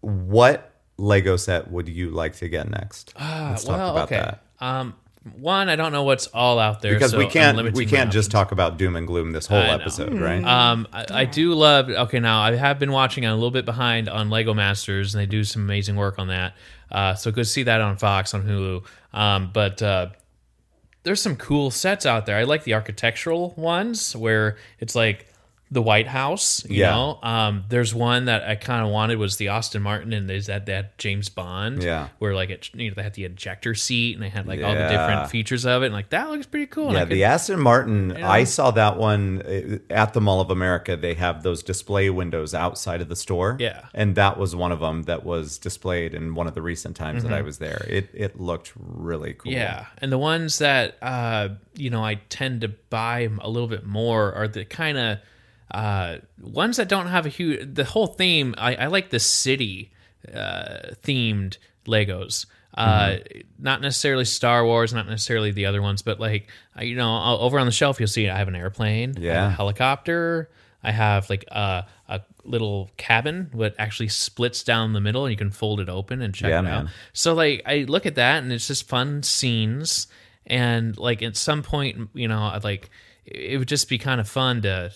Speaker 2: what Lego set would you like to get next? Let's talk
Speaker 1: Uh, well,
Speaker 2: about
Speaker 1: okay.
Speaker 2: that.
Speaker 1: Um, one, I don't know what's all out there
Speaker 2: Because
Speaker 1: so
Speaker 2: we
Speaker 1: I'm
Speaker 2: can't
Speaker 1: limiting
Speaker 2: we
Speaker 1: my
Speaker 2: can't just
Speaker 1: options.
Speaker 2: talk about doom and gloom this whole
Speaker 1: I know.
Speaker 2: episode, right?
Speaker 1: Um, I, I do love. Okay, now I have been watching. I'm a little bit behind on Lego Masters, and they do some amazing work on that. Uh, so go see that on Fox on Hulu. Um, but uh, there's some cool sets out there. I like the architectural ones where it's like the White House. You
Speaker 2: Yeah.
Speaker 1: know, um, there's one that I kind of wanted was the Austin Martin, and there's that that James Bond.
Speaker 2: Yeah.
Speaker 1: where like it, you know they had the ejector seat, and they had like all the
Speaker 2: Yeah.
Speaker 1: different features of it, and like that looks pretty cool. and I
Speaker 2: Yeah,
Speaker 1: could-
Speaker 2: the Aston Martin. I saw that one uh, at the Mall of America. They have those display windows outside of the store.
Speaker 1: Yeah.
Speaker 2: and that was one of them that was displayed in one of the recent times that I was there. It it looked really cool.
Speaker 1: Mm-hmm. Yeah, and the ones that uh, you know I tend to buy a little bit more are the kind of uh, ones that don't have a huge. The whole theme, I, I like the city uh, themed Legos. Uh,
Speaker 2: Mm-hmm.
Speaker 1: Not necessarily Star Wars, not necessarily the other ones, but like I- you know, o- over on the shelf you'll see I have an airplane, I have
Speaker 2: Yeah.
Speaker 1: a helicopter. I have like a, a little cabin that actually splits down the middle, and you can fold it open and check
Speaker 2: Yeah,
Speaker 1: it out.
Speaker 2: man.
Speaker 1: So like I look at that and it's just fun scenes and like at some point you know I'd like it would just be kind of fun to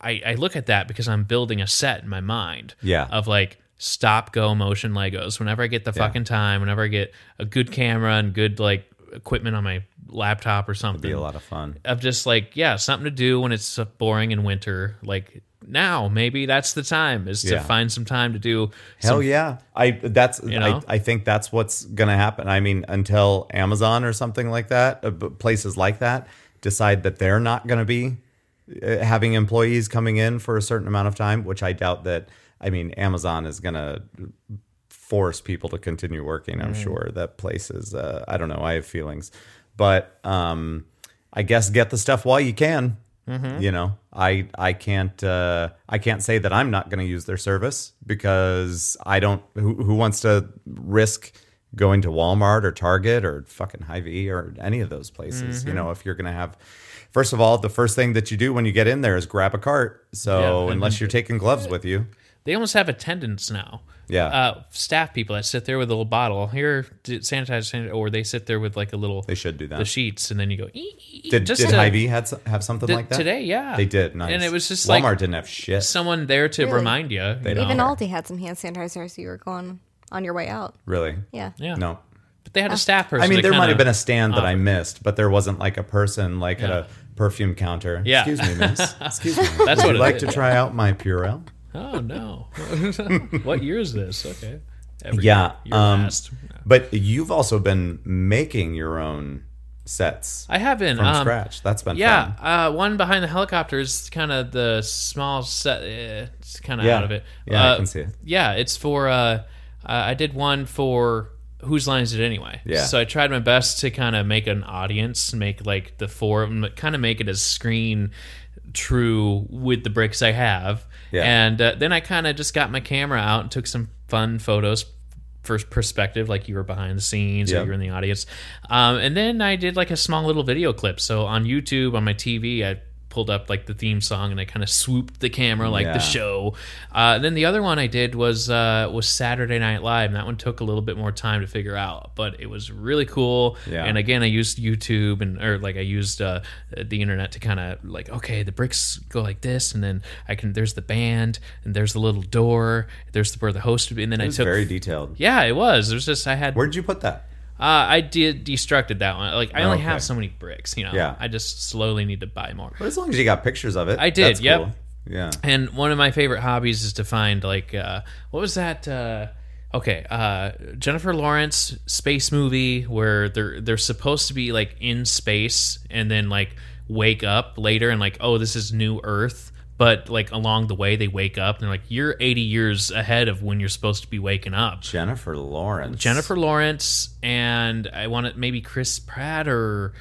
Speaker 1: I, I look at that because I'm building a set in my mind
Speaker 2: Yeah.
Speaker 1: of like stop go motion Legos whenever I get the fucking time whenever I get a good camera and good like equipment on my laptop or something
Speaker 2: be a lot of fun.
Speaker 1: of just like yeah something to do when it's boring in winter like now maybe that's the time is
Speaker 2: Yeah.
Speaker 1: to find some time to do
Speaker 2: Hell
Speaker 1: some
Speaker 2: yeah! I that's
Speaker 1: know?
Speaker 2: I, I think that's what's gonna happen. I mean, until Amazon or something like that, uh, b- places like that decide that they're not gonna be uh, having employees coming in for a certain amount of time, which I doubt that. I mean, Amazon is gonna force people to continue working.
Speaker 1: Mm.
Speaker 2: I'm sure that place is. Uh, I don't know. I have feelings, but um, I guess get the stuff while you can.
Speaker 1: Mm-hmm.
Speaker 2: You know, I I can't uh, I can't say that I'm not going to use their service because I don't. Who, who wants to risk going to Walmart or Target or fucking Hy-Vee or any of those places?
Speaker 1: Mm-hmm.
Speaker 2: You know, if you're going to have. First of all, the first thing that you do when you get in there is grab a cart. So
Speaker 1: Yeah.
Speaker 2: unless you're taking gloves with you,
Speaker 1: they almost have attendants now.
Speaker 2: Yeah.
Speaker 1: Uh, staff people that sit there with a little bottle here, d- sanitize, sanit- or they sit there with like a little
Speaker 2: they should do that.
Speaker 1: the sheets, and then you go. "Ee, ee, ee,"
Speaker 2: Did, did
Speaker 1: to-
Speaker 2: Hy-Vee had, s- have something
Speaker 1: th-
Speaker 2: like that?
Speaker 1: today? Yeah,
Speaker 2: They did. Nice.
Speaker 1: and it was just
Speaker 2: Walmart
Speaker 1: like
Speaker 2: didn't have shit.
Speaker 1: someone there to
Speaker 3: Really?
Speaker 1: remind you. you know?
Speaker 3: Even Aldi had some hand sanitizer as you were going on your way out.
Speaker 2: really.
Speaker 3: Yeah.
Speaker 1: yeah,
Speaker 2: No.
Speaker 1: but they had a staff person.
Speaker 2: I mean,
Speaker 1: that
Speaker 2: there might have
Speaker 1: kinda-
Speaker 2: been a stand that I missed, but there wasn't like a person like at a perfume counter.
Speaker 1: Yeah.
Speaker 2: Excuse me,
Speaker 1: *laughs*
Speaker 2: miss. Excuse me.
Speaker 1: That's what
Speaker 2: Would you
Speaker 1: it
Speaker 2: like
Speaker 1: is. *laughs*
Speaker 2: to try out my Purell?
Speaker 1: Oh no! what year is this? Okay, every
Speaker 2: Yeah,
Speaker 1: year. You're
Speaker 2: um,
Speaker 1: last.
Speaker 2: But you've also been making your own sets
Speaker 1: I have been
Speaker 2: from
Speaker 1: um,
Speaker 2: scratch. That's been fun.
Speaker 1: Yeah, uh, one behind the helicopter is kind of the small set. eh, It's kind of
Speaker 2: Yeah.
Speaker 1: out of it.
Speaker 2: Yeah, I
Speaker 1: Uh,
Speaker 2: can see it.
Speaker 1: Yeah, it's for. Uh, I I did one for whose line is it anyway?
Speaker 2: Yeah.
Speaker 1: So I tried my best to kind of make an audience, make like the four of them, but kind of make it a screen true with the bricks I have.
Speaker 2: Yeah.
Speaker 1: And uh, then I kind of just got my camera out and took some fun photos for perspective, like you were behind the scenes or
Speaker 2: Yep.
Speaker 1: you were in the audience. Um, and then I did like a small little video clip. So on YouTube, on my TV, I pulled up like the theme song and I kind of swooped the camera like
Speaker 2: Yeah.
Speaker 1: the show. Uh, then the other one I did was uh, was Saturday Night Live, and that one took a little bit more time to figure out, but it was really cool.
Speaker 2: Yeah.
Speaker 1: And again, I used YouTube and or like I used uh, the internet to kind of like okay, the bricks go like this, and then I can there's the band and there's the little door, there's where the host would be, and then I
Speaker 2: It's
Speaker 1: took
Speaker 2: very detailed.
Speaker 1: yeah, it was. There's just I had uh,
Speaker 2: Where'd you put that?
Speaker 1: I did destructed that one. Like I only
Speaker 2: Oh, Okay.
Speaker 1: have so many bricks, you know.
Speaker 2: Yeah.
Speaker 1: I just slowly need to buy more.
Speaker 2: But as long as you got pictures of it,
Speaker 1: I did,
Speaker 2: That's
Speaker 1: yep.
Speaker 2: Cool. Yeah.
Speaker 1: And one of my favorite hobbies is to find like uh, what was that? Uh, okay, uh, Jennifer Lawrence space movie where they're they're supposed to be like in space and then like wake up later and like oh this is new Earth. But like along the way, they wake up and they're like, "You're 80 years ahead of when you're supposed to be waking up."
Speaker 2: Jennifer Lawrence.
Speaker 1: Jennifer Lawrence and I want it maybe Chris Pratt or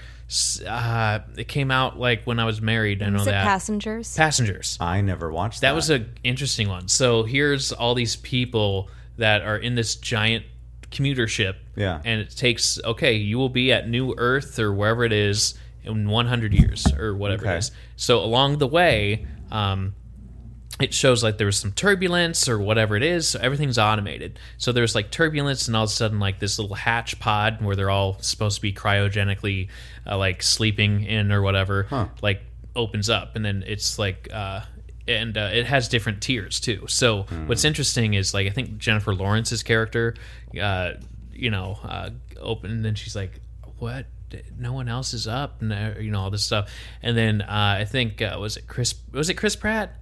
Speaker 1: uh, it came out like when I was married. I know
Speaker 3: Is it
Speaker 1: that
Speaker 3: passengers?
Speaker 1: passengers.
Speaker 2: I never watched that.
Speaker 1: That was a interesting one. So here's all these people that are in this giant commuter ship.
Speaker 2: Yeah.
Speaker 1: And it takes okay, you will be at New Earth or wherever it is in 100 years or whatever
Speaker 2: Okay.
Speaker 1: it is. So along the way, um, it shows like there was some turbulence or whatever it is. So everything's automated. So there's like turbulence, and all of a sudden, like this little hatch pod where they're all supposed to be cryogenically uh, like sleeping in or whatever, like opens up, and then it's like. Uh, and uh, it has different tiers too. So what's interesting is like I think Jennifer Lawrence's character, uh, you know, uh, open and then she's like, "What? No one else is up," and uh, you know all this stuff. And then uh, I think uh, was it Chris? Was it Chris Pratt?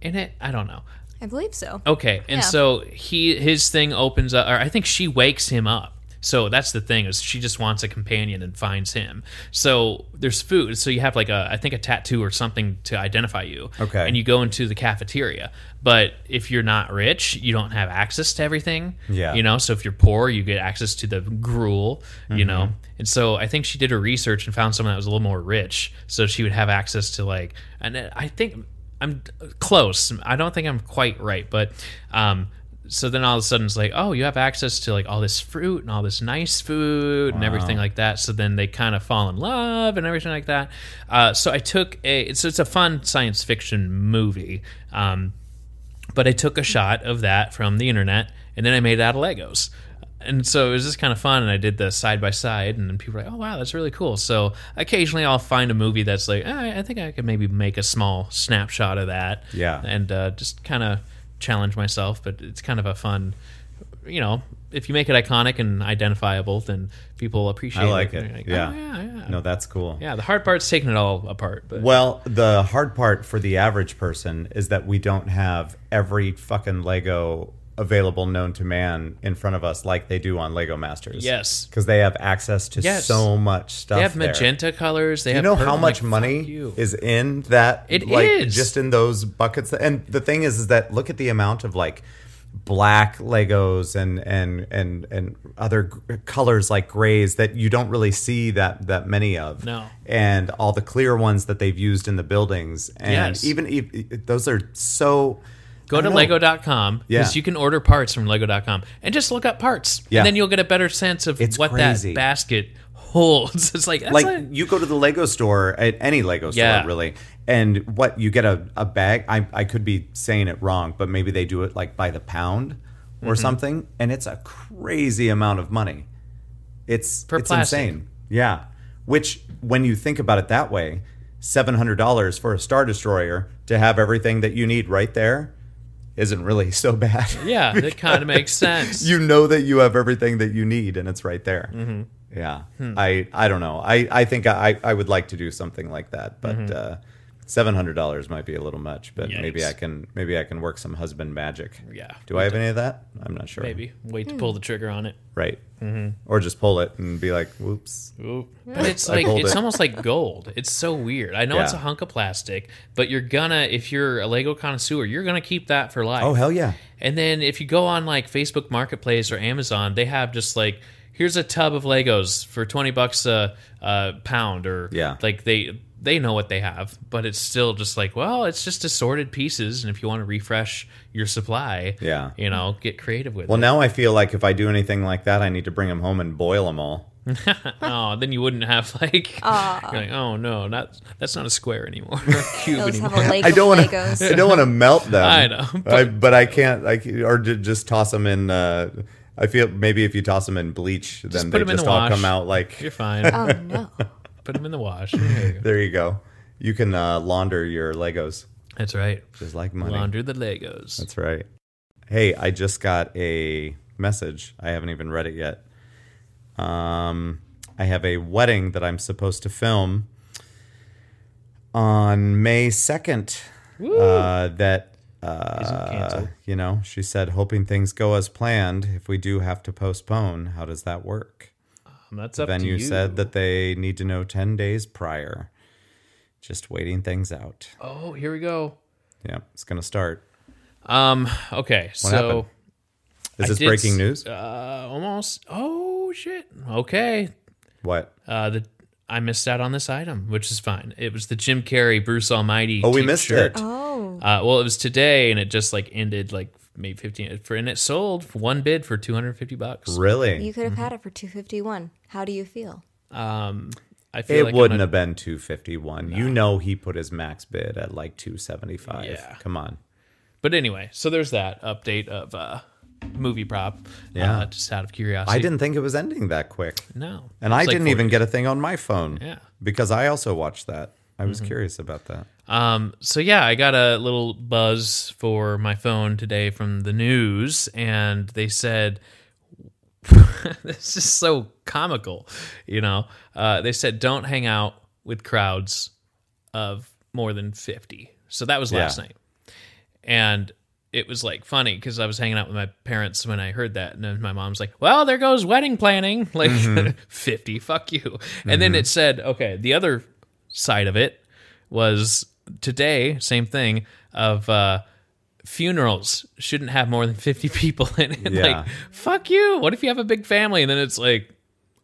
Speaker 1: in it? I don't know.
Speaker 3: I believe so.
Speaker 1: Okay, and
Speaker 3: Yeah.
Speaker 1: so he his thing opens up, or I think she wakes him up. So that's the thing is she just wants a companion and finds him. So there's food. So you have like a I think a tattoo or something to identify you.
Speaker 2: Okay.
Speaker 1: And you go into the cafeteria. But if you're not rich, you don't have access to everything.
Speaker 2: Yeah.
Speaker 1: You know, so if you're poor, you get access to the gruel, you know. And so I think she did her research and found someone that was a little more rich, so she would have access to like and uh, I think I'm close. I don't think I'm quite right, but um so then all of a sudden it's like, oh, you have access to like all this fruit and all this nice food and everything like that. So then they kind of fall in love and everything like that. Uh, so I took a, so it's a fun science fiction movie. Um, but I took a shot of that from the internet and then I made it out of Legos. And so it was just kind of fun, and I did the side by side, and then people were like, "Oh wow, that's really cool." So occasionally I'll find a movie that's like, "Ah, "I think I could maybe make a small snapshot of that,"
Speaker 2: Yeah.
Speaker 1: and uh, just kind of challenge myself. But it's kind of a fun, you know, if you make it iconic and identifiable, then people appreciate.
Speaker 2: I like
Speaker 1: it.
Speaker 2: it.
Speaker 1: They're like,
Speaker 2: yeah.
Speaker 1: "Oh, yeah, yeah,
Speaker 2: No, that's cool.
Speaker 1: yeah. The hard part's taking it all apart, but
Speaker 2: Well, the hard part for the average person is that we don't have every fucking Lego available known to man in front of us like they do on Lego Masters.
Speaker 1: Yes.
Speaker 2: Because they have access to
Speaker 1: Yes.
Speaker 2: so much stuff.
Speaker 1: they have
Speaker 2: there.
Speaker 1: magenta colors. They
Speaker 2: You
Speaker 1: have
Speaker 2: know
Speaker 1: purple.
Speaker 2: how
Speaker 1: I'm
Speaker 2: much
Speaker 1: like, fuck
Speaker 2: money
Speaker 1: you.
Speaker 2: is in that?
Speaker 1: It
Speaker 2: like,
Speaker 1: is.
Speaker 2: just in those buckets. And the thing is, is that look at the amount of like black Legos and and and and other g- colors like grays that you don't really see that that many of.
Speaker 1: No.
Speaker 2: And all the clear ones that they've used in the buildings, and
Speaker 1: Yes.
Speaker 2: even if, those are so.
Speaker 1: Go
Speaker 2: I
Speaker 1: to
Speaker 2: don't know.
Speaker 1: lego.com
Speaker 2: Yeah.
Speaker 1: because you can order parts from lego.com and just look up parts.
Speaker 2: Yeah.
Speaker 1: And then you'll get a better sense of
Speaker 2: It's
Speaker 1: what
Speaker 2: crazy.
Speaker 1: that basket holds. *laughs* It's like, that's
Speaker 2: like
Speaker 1: a-
Speaker 2: you go to the Lego store at any Lego store
Speaker 1: Yeah.
Speaker 2: really, and what you get a, a bag. I I could be saying it wrong, but maybe they do it like by the pound or
Speaker 1: Mm-hmm.
Speaker 2: something, and it's a crazy amount of money. It's
Speaker 1: For
Speaker 2: it's
Speaker 1: plastic.
Speaker 2: insane. Yeah, which when you think about it that way, seven hundred dollars for a star destroyer to have everything that you need right there isn't really *laughs* so bad.
Speaker 1: yeah,
Speaker 2: *laughs*
Speaker 1: that kind of makes sense. *laughs*
Speaker 2: you know that you have everything that you need and it's right there.
Speaker 1: Mm-hmm. Hmm.
Speaker 2: Yeah. I I don't know. I I think I I would like to do something like that, but uh Seven hundred dollars might be a little much, but maybe
Speaker 1: Mm-hmm. Yikes.
Speaker 2: I can maybe I can work some husband magic.
Speaker 1: Yeah.
Speaker 2: Do I have any of that? I'm not sure.
Speaker 1: Maybe wait to pull the trigger on it.
Speaker 2: Right. Mm-hmm. Or just pull it and be like, "Whoops."
Speaker 1: Ooh. But it's
Speaker 2: *laughs* I
Speaker 1: like
Speaker 2: pulled
Speaker 1: it's
Speaker 2: it.
Speaker 1: almost like gold. It's so weird. I know it's a
Speaker 2: Yeah.
Speaker 1: hunk of plastic, but you're gonna if you're a Lego connoisseur, you're gonna keep that for life.
Speaker 2: Oh hell yeah!
Speaker 1: And then if you go on like Facebook Marketplace or Amazon, they have just like here's a tub of Legos for twenty bucks a, a pound or
Speaker 2: Yeah.
Speaker 1: like they they know what they have, but it's still just like well, it's just assorted pieces, and if you want to refresh your supply,
Speaker 2: Yeah.
Speaker 1: you know, get creative with
Speaker 2: Well, now I feel like if I do anything like that, I need to bring them home and boil them all.
Speaker 1: *laughs* it. oh, then you wouldn't have like,
Speaker 3: Aw.
Speaker 1: you're like oh no, not that's not a square
Speaker 2: *laughs*
Speaker 1: anymore, or a cube
Speaker 3: Those have
Speaker 1: anymore.
Speaker 3: a lake
Speaker 2: I don't
Speaker 3: of
Speaker 2: want to.
Speaker 1: *laughs*
Speaker 3: Legos.
Speaker 2: I don't want to melt them.
Speaker 1: I know,
Speaker 2: but I, but I can't. I c- or ju- just toss them in. Uh, I feel maybe if you toss them in bleach,
Speaker 1: put
Speaker 2: then they
Speaker 1: 'em in
Speaker 2: just
Speaker 1: the
Speaker 2: all
Speaker 1: wash.
Speaker 2: come out like.
Speaker 1: You're fine.
Speaker 3: Oh no.
Speaker 1: Put them in the wash. There you go.
Speaker 2: There you go. You can uh, launder your Legos
Speaker 1: That's right.
Speaker 2: just like money.
Speaker 1: Launder the Legos.
Speaker 2: That's right. Hey, I just got a message. I haven't even read it yet. Um, I have a wedding that I'm supposed to film on May 2nd. Uh, that,
Speaker 1: Isn't
Speaker 2: uh,
Speaker 1: canceled.
Speaker 2: you know, she said, hoping things go as planned. If we do have to postpone, how does that work?
Speaker 1: Um, that's up
Speaker 2: Venue
Speaker 1: to you.
Speaker 2: said that they need to know 10 days prior. Just waiting things out.
Speaker 1: Oh, here we go.
Speaker 2: Yeah, it's going to start.
Speaker 1: Um. Okay. so
Speaker 2: happened? Is
Speaker 1: I
Speaker 2: this
Speaker 1: did
Speaker 2: breaking
Speaker 1: s-
Speaker 2: news?
Speaker 1: uh, almost. Oh shit. Okay.
Speaker 2: what?
Speaker 1: Uh, the I missed out on this item, which is fine. It was the Jim Carrey Bruce Almighty.
Speaker 2: Oh, we missed
Speaker 1: t-shirt.
Speaker 2: it.
Speaker 3: Oh.
Speaker 1: Uh, well, it was today, and it just like ended like maybe fifteen for, and it sold for one bid for two hundred fifty bucks.
Speaker 2: Really?
Speaker 3: You could have had it for 251. How do you feel?
Speaker 1: Um, I feel
Speaker 2: It
Speaker 1: like I'm
Speaker 2: wouldn't
Speaker 1: a-
Speaker 2: have been 251. You know he put his max bid at like 275.
Speaker 1: Yeah.
Speaker 2: Come on.
Speaker 1: But anyway, so there's that update of uh movie prop.
Speaker 2: Yeah.
Speaker 1: Uh, just out of curiosity,
Speaker 2: I didn't think it was ending that quick.
Speaker 1: No,
Speaker 2: And
Speaker 1: It's
Speaker 2: I
Speaker 1: like
Speaker 2: didn't
Speaker 1: 40.
Speaker 2: even get a thing on my phone.
Speaker 1: Yeah. Mm-hmm.
Speaker 2: Because I also watched that. I was curious about that.
Speaker 1: Um, so yeah, I got a little buzz for my phone today from the news, and they said *laughs* this is so comical, you know. Uh, they said don't hang out with crowds of more than fifty. So that was last
Speaker 2: Yeah.
Speaker 1: night, and it was like funny because I was hanging out with my parents when I heard that, and then my mom's like, "Well, there goes wedding planning, *laughs* like fifty, fuck you." And then it said, "Okay, the other side of it was today, same thing of uh, funerals shouldn't have more than 50 people in it. *laughs*
Speaker 2: Yeah.
Speaker 1: Like, fuck you. What if you have a big family? And then it's like,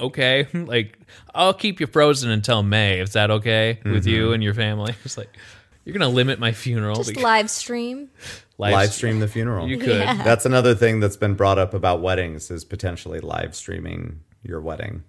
Speaker 1: okay, *laughs* like, I'll keep you frozen until May. Is that okay with
Speaker 2: Mm-hmm.
Speaker 1: you and your family? *laughs* It's like, you're going to limit my funeral.
Speaker 3: Just
Speaker 1: because
Speaker 3: live stream.
Speaker 1: live-
Speaker 2: Live stream the funeral.
Speaker 1: You could.
Speaker 2: That's another thing that's been brought up about weddings is potentially live streaming your wedding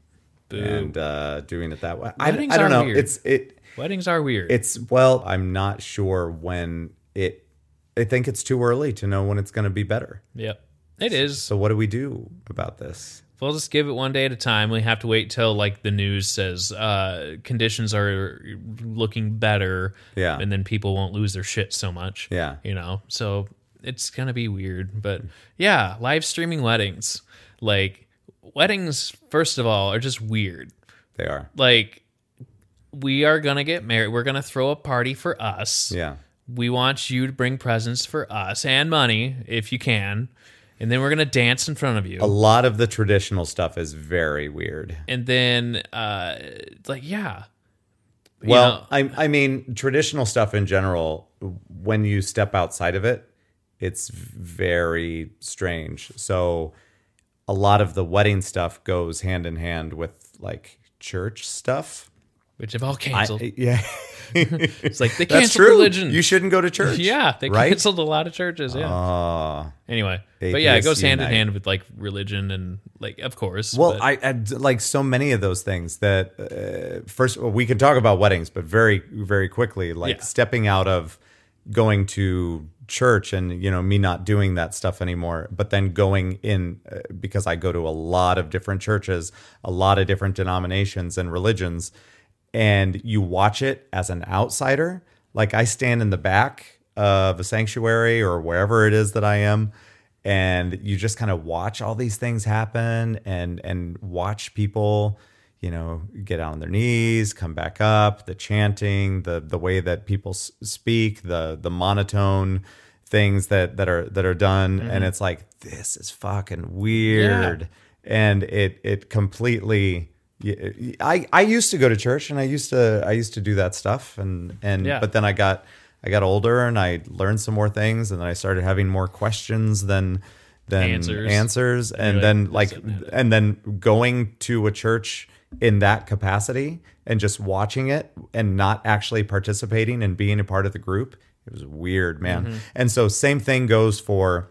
Speaker 2: and uh, doing it that way. I, I
Speaker 1: Weddings are
Speaker 2: don't know.
Speaker 1: weird.
Speaker 2: It's it
Speaker 1: Weddings are weird.
Speaker 2: It's well, I'm not sure when it. I think it's too early to know when it's going to be better.
Speaker 1: yep. It is.
Speaker 2: So what do we do about this?
Speaker 1: We'll just give it one day at a time. We have to wait till like the news says uh, conditions are looking better.
Speaker 2: Yeah.
Speaker 1: and then people won't lose their shit so much.
Speaker 2: Yeah.
Speaker 1: you know. So it's gonna be weird, but yeah, live streaming weddings. Like weddings, first of all, are just weird.
Speaker 2: They are.
Speaker 1: Like we are gonna get married. We're gonna throw a party for us
Speaker 2: Yeah.
Speaker 1: we want you to bring presents for us and money if you can and then we're gonna dance in front of
Speaker 2: A
Speaker 1: you
Speaker 2: lot of the traditional stuff is very weird.
Speaker 1: and then uh it's like yeah You
Speaker 2: Well,
Speaker 1: know,
Speaker 2: I I mean traditional stuff in general when you step outside of it, it's very strange. So a lot of the wedding stuff goes hand in hand with like church stuff.
Speaker 1: which have all
Speaker 2: I-
Speaker 1: canceled
Speaker 2: yeah. *laughs*
Speaker 1: it's like they
Speaker 2: That's
Speaker 1: canceled
Speaker 2: true.
Speaker 1: religion
Speaker 2: You shouldn't go to
Speaker 1: *laughs*
Speaker 2: church.
Speaker 1: yeah they
Speaker 2: right?
Speaker 1: canceled a lot of churches yeah
Speaker 2: Ah.
Speaker 1: anyway but yeah it
Speaker 2: Atheists
Speaker 1: goes hand in
Speaker 2: unite.
Speaker 1: hand with like religion and like of course
Speaker 2: Well,
Speaker 1: but-
Speaker 2: I, I d- like so many of those things that uh, first well, we can talk about weddings, but very very quickly, like
Speaker 1: Yeah.
Speaker 2: stepping out of going to church and you know me not doing that stuff anymore, but then going in uh, because I go to a lot of different churches, a lot of different denominations and religions, and you watch it as an outsider. Like I stand in the back of a sanctuary or wherever it is that I am, and you just kind of watch all these things happen and and watch people, you know, get on their knees, come back up, the chanting, the the way that people s- speak, the the monotone things that that are that are done and it's like this is fucking weird and it it completely I I used to go to church and I used to I used to do that stuff and and
Speaker 1: Yeah.
Speaker 2: but then I got I got older and I learned some more things and then I started having more questions than than
Speaker 1: Answers.
Speaker 2: answers and
Speaker 1: you're
Speaker 2: then
Speaker 1: like,
Speaker 2: like
Speaker 1: "This doesn't
Speaker 2: and then going to a church in that capacity and just watching it and not actually participating and being a part of the group it was weird man and so same thing goes for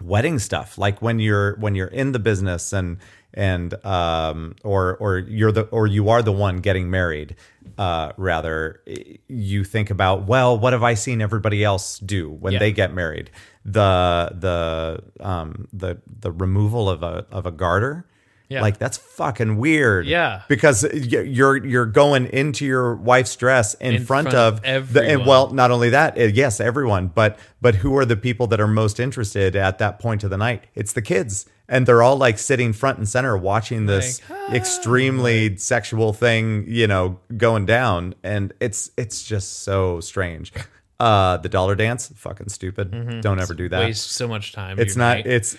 Speaker 2: wedding stuff like when you're when you're in the business and and um or or you're the or you are the one getting married uh rather y- you think about well what have i seen everybody else do when
Speaker 1: Yeah.
Speaker 2: they get married the the um the the removal of a of a garter
Speaker 1: Yeah.
Speaker 2: like that's fucking weird
Speaker 1: Yeah.
Speaker 2: because y- you're you're going into your wife's dress in,
Speaker 1: In
Speaker 2: front,
Speaker 1: front of
Speaker 2: of the, and
Speaker 1: everyone.
Speaker 2: well not only that, uh, yes, everyone, but but who are the people that are most interested at that point of the night? It's the kids, and they're all like sitting front and center watching this
Speaker 1: Like,
Speaker 2: extremely sexual thing, you know, going down, and it's it's just so strange. Uh, the dollar dance, fucking stupid.
Speaker 1: Mm-hmm.
Speaker 2: Don't ever do that.
Speaker 1: Waste so much time. of
Speaker 2: it's
Speaker 1: your
Speaker 2: not.
Speaker 1: night.
Speaker 2: It's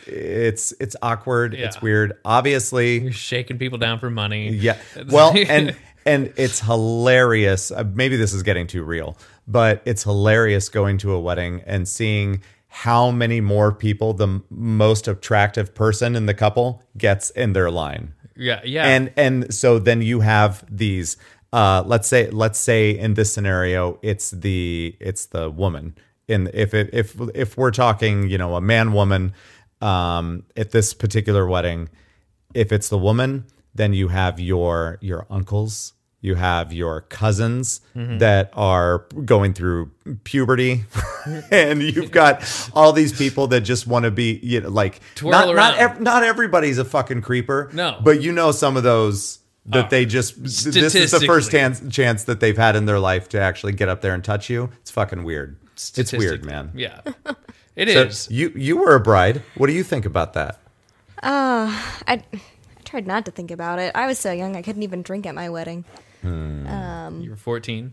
Speaker 2: it's it's awkward.
Speaker 1: Yeah.
Speaker 2: It's weird. Obviously,
Speaker 1: You're shaking people down for money.
Speaker 2: *laughs* yeah. Well, and and it's hilarious. Uh, maybe this is getting too real, but it's hilarious going to a wedding and seeing how many more people the m- most attractive person in the couple gets in their line.
Speaker 1: yeah, yeah.
Speaker 2: And and so then you have these uh let's say let's say in this scenario it's the it's the woman. In if it if if we're talking, you know, a man woman um at this particular wedding, if it's the woman, then you have your your uncles you have your cousins
Speaker 1: Mm-hmm.
Speaker 2: that are going through puberty *laughs* and you've got all these people that just want to be you know like
Speaker 1: Twirl
Speaker 2: not, not,
Speaker 1: around.
Speaker 2: ev- not everybody's a fucking creeper
Speaker 1: No. Oh.
Speaker 2: but you know some of those that they just this is the first
Speaker 1: statistically.
Speaker 2: chance, chance that they've had in their life to actually get up there and touch you it's fucking weird it's weird
Speaker 1: Statistically.
Speaker 2: man
Speaker 3: *laughs*
Speaker 1: Yeah, it
Speaker 2: So
Speaker 1: is.
Speaker 2: you you were a bride what do you think about that
Speaker 3: I, I tried not to think about it. I was so young, I couldn't even drink at my wedding.
Speaker 1: you were 14.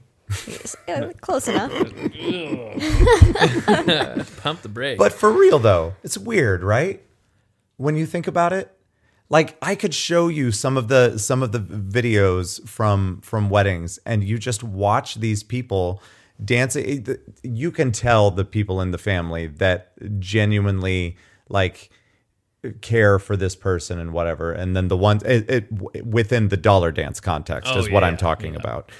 Speaker 3: Yes, yeah, uh,
Speaker 2: *laughs*
Speaker 3: close enough.
Speaker 1: Uh, Pump the brakes.
Speaker 2: But for real though, it's weird, right? When you think about it, like I could show you some of the some of the videos from from weddings and you just watch these people dancing It- you can tell the people in the family that genuinely like care for this person and whatever and then the ones it, it within the dollar dance context
Speaker 1: Oh,
Speaker 2: is what
Speaker 1: yeah,
Speaker 2: i'm talking about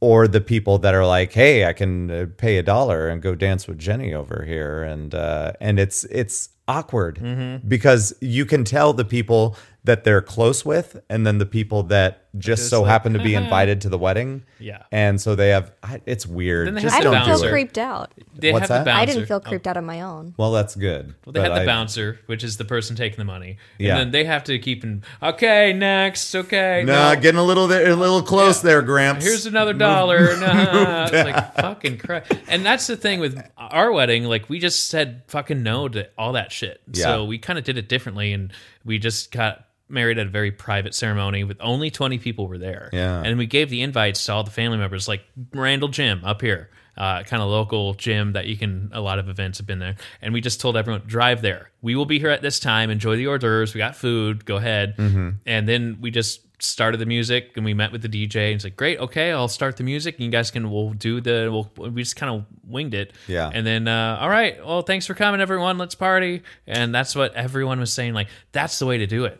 Speaker 2: or the people that are like hey i can uh, pay a dollar and go dance with jenny over here and uh and it's it's awkward
Speaker 1: Mm-hmm.
Speaker 2: because you can tell the people that they're close with and then the people that just, so
Speaker 1: like,
Speaker 2: happen to be invited to the wedding
Speaker 1: Yeah.
Speaker 2: and so they have I- it's weird
Speaker 1: Then they
Speaker 2: just
Speaker 3: I
Speaker 1: have
Speaker 2: don't
Speaker 3: didn't
Speaker 1: the
Speaker 2: do
Speaker 3: feel
Speaker 1: bouncer.
Speaker 2: it.
Speaker 3: creeped out.
Speaker 1: they have
Speaker 2: what's
Speaker 1: the
Speaker 2: that?
Speaker 1: bouncer.
Speaker 3: I didn't feel
Speaker 1: Oh,
Speaker 3: creeped out on my own.
Speaker 2: well that's good
Speaker 1: Well, they had
Speaker 2: but
Speaker 1: the
Speaker 2: I-
Speaker 1: bouncer, which is the person taking the money.
Speaker 2: Yeah.
Speaker 1: And then they have to keep in. Okay, next. Okay.
Speaker 2: nah,
Speaker 1: no.
Speaker 2: getting a little there, a little close there, Gramps.
Speaker 1: Here's another dollar. *laughs* Nah. It's like fucking crap. And that's the thing with our wedding. Like we just said fucking no to all that shit.
Speaker 2: Yeah.
Speaker 1: So we kind of did it differently, and we just got married at a very private ceremony with only 20 people were there.
Speaker 2: Yeah.
Speaker 1: And we gave the invites to all the family members, like Randall Gym up here. Uh, kind of local gym that you can a lot of events have been there and we just told everyone drive there we will be here at this time enjoy the hors d'oeuvres we got food go ahead
Speaker 2: Mm-hmm.
Speaker 1: and then we just started the music and we met with the dj and it's like great okay i'll start the music and you guys can we'll do the we'll, we just kind of winged it
Speaker 2: Yeah.
Speaker 1: and then uh, all right well thanks for coming everyone let's party and that's what everyone was saying like that's the way to do it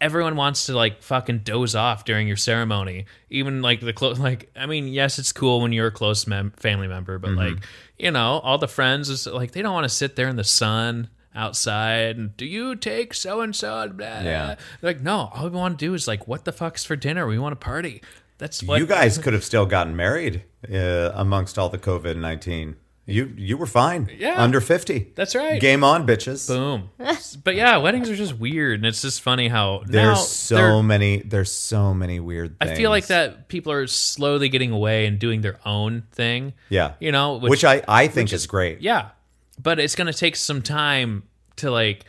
Speaker 1: everyone wants to like fucking doze off during your ceremony even like the close like i mean yes it's cool when you're a close mem- family member but
Speaker 2: Mm-hmm.
Speaker 1: like you know all the friends is like they don't want to sit there in the sun outside and do you take so and so
Speaker 2: Yeah.
Speaker 1: yeah They're like no all we want to do is like what the fuck's for dinner we want to party that's what
Speaker 2: you guys could have still gotten married uh, amongst all the COVID nineteen. You you were fine.
Speaker 1: Yeah.
Speaker 2: under fifty.
Speaker 1: That's right.
Speaker 2: Game on, bitches.
Speaker 1: boom but yeah weddings are just weird and it's just funny how now
Speaker 2: There's so
Speaker 1: they're-
Speaker 2: many. There's so many weird.
Speaker 1: I
Speaker 2: things.
Speaker 1: feel like that people are slowly getting away and doing their own thing.
Speaker 2: Yeah,
Speaker 1: You know,
Speaker 2: which, I I think is great.
Speaker 1: yeah, but it's going to take some time to like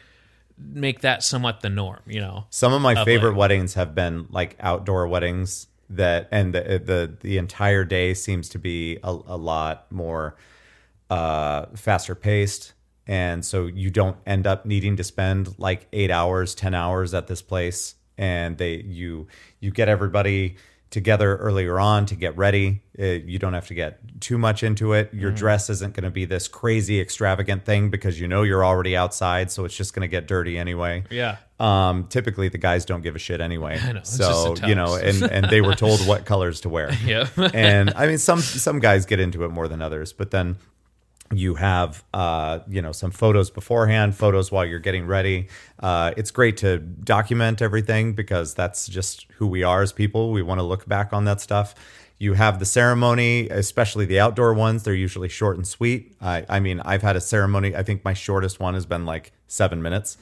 Speaker 1: make that somewhat the norm, you know.
Speaker 2: Some of my
Speaker 1: Of,
Speaker 2: favorite
Speaker 1: like-
Speaker 2: weddings have been like outdoor weddings that, and the the, the entire day seems to be a, a lot more uh, faster paced, and so you don't end up needing to spend like eight hours, ten hours at this place, and they you you get everybody together earlier on to get ready. Uh, you don't have to get too much into it.
Speaker 1: Mm-hmm.
Speaker 2: Your dress isn't going to be this crazy extravagant thing because you know you're already outside, so it's just going to get dirty anyway
Speaker 1: Yeah.
Speaker 2: um, typically the guys don't give a shit
Speaker 1: *laughs*
Speaker 2: anyway.
Speaker 1: know, it's
Speaker 2: so
Speaker 1: just a
Speaker 2: you know,
Speaker 1: tux.
Speaker 2: and and they were told
Speaker 1: *laughs*
Speaker 2: what colors to wear.
Speaker 1: Yeah. *laughs*
Speaker 2: and I mean, some some guys get into it more than others, but then you have uh, you know some photos beforehand, photos while you're getting ready. Uh, it's great to document everything because that's just who we are as people. We want to look back on that stuff. You have the ceremony, especially the outdoor ones. They're usually short and sweet. I, I mean, I've had a ceremony. I think my shortest one has been like seven minutes.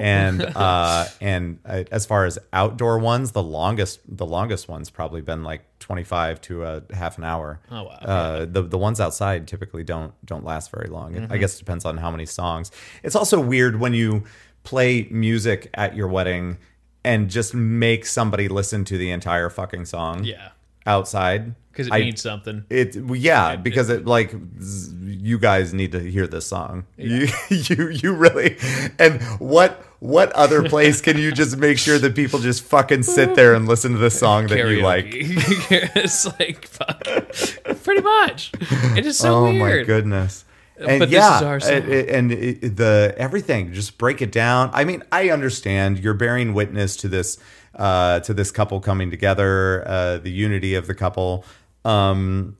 Speaker 2: And *laughs* uh, and uh, as far as outdoor ones, the longest the longest one's probably been like twenty five to a half an hour.
Speaker 1: Oh, wow.
Speaker 2: Uh, the the ones outside typically don't don't last very long.
Speaker 1: Mm-hmm.
Speaker 2: It I guess it depends on how many songs. It's also weird when you play music at your wedding and just make somebody listen to the entire fucking song
Speaker 1: Yeah.
Speaker 2: outside
Speaker 1: Cuz it
Speaker 2: I-
Speaker 1: needs
Speaker 2: *laughs*
Speaker 1: something.
Speaker 2: it well, yeah because it like z- you guys need to hear this song you *laughs* you you really and what what other place can you just make sure that people just fucking sit there and listen to this song that you like
Speaker 1: Karaoke. *laughs* it's like fuck. Pretty
Speaker 2: *laughs*
Speaker 1: much. It is so
Speaker 2: oh
Speaker 1: weird. Uh,
Speaker 2: my goodness and
Speaker 1: But this
Speaker 2: yeah
Speaker 1: is our
Speaker 2: it-
Speaker 1: song.
Speaker 2: it- and it, the everything just break it down i mean i understand you're bearing witness to this uh to this couple coming together uh the unity of the couple um